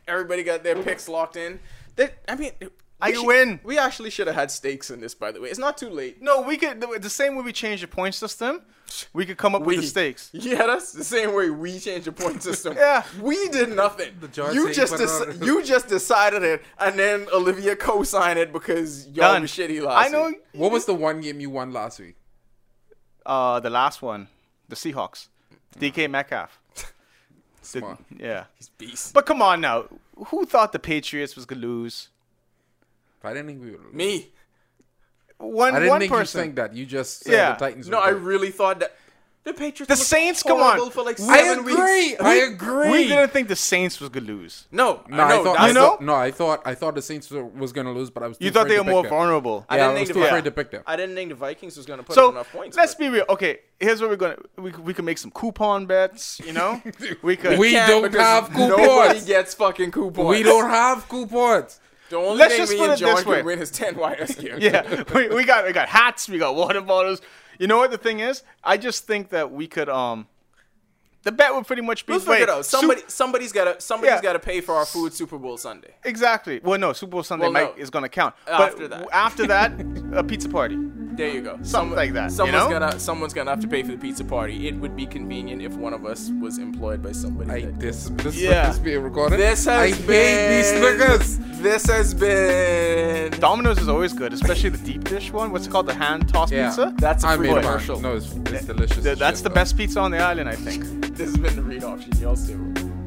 everybody got their picks locked in. That I mean, we
I
should-
win.
We actually should have had stakes in this, by the way. It's not too late.
No, we could the, the same way we changed the point system, we could come up with the stakes.
Yeah, that's the same way we changed the point system.
Yeah.
we did nothing.
judge
you
ain't
just
put it
deci-
on.
you just decided it, and then Olivia co-signed it because y'all
Done.
were shitty last
I know.
week.
What was the one game you won last week?
Uh, the last one, the Seahawks, DK Metcalf. The-
Smart.
yeah,
He's beast.
but come on now, who thought the Patriots was gonna lose?
I didn't think we would.
Me.
One,
I didn't
one
think
person.
you think that. You just said
Yeah.
the Titans.
No,
were
I
good.
really thought that the Patriots.
The
looked
Saints, come on.
horrible For like
I
seven
agree.
Weeks.
I agree.
We didn't think the Saints was gonna lose.
No,
No, I,
know,
thought,
that's-
I
You know?
thought- no, I thought I thought the Saints were- was gonna lose, but I was.
You
too
thought
afraid
they
to
were more
pick them.
vulnerable.
I
Yeah,
didn't
I
think
was
the
too
Vi-
afraid to pick them.
I didn't think the Vikings was gonna put up
So
enough points.
let's
but-
be real. Okay, here's what we're gonna. We, c- we can make some coupon bets. You know, we could.
We
Yeah,
don't
because
have
Nobody
coupons.
gets fucking coupons.
We don't have coupons.
The only
Let's
thing
just
me
put
and
it this
John
way.
can win is ten wires here.
yeah, we, we got we got hats. We got water bottles. You know what the thing is? I just think that we could. Um, the bet would pretty much be
We'll figure
wait,
it out.
Sup-
Somebody, somebody's gotta, somebody's
Yeah.
gotta pay for our food Super Bowl Sunday.
exactly. Well, no, Super Bowl Sunday
Well,
might,
no.
is gonna count.
After
but
that.
w- after that, a pizza party.
There you go.
Something like that, you
Someone's
know?
gonna, someone's gonna have to pay for the pizza party. It would be convenient if one of us was employed by somebody.
I
that-
this this
Yeah.
this being recorded.
This
I
has been.
made these niggas.
This has been.
Domino's is always good, especially the deep dish one. What's it called? The hand tossed
Yeah.
pizza.
That's a
I
free
made mine.
commercial.
No, it's, it's delicious.
Th-
as
that's
shit,
the
though.
best pizza on the island, I think.
This has been the read option. Y'all stay. with me.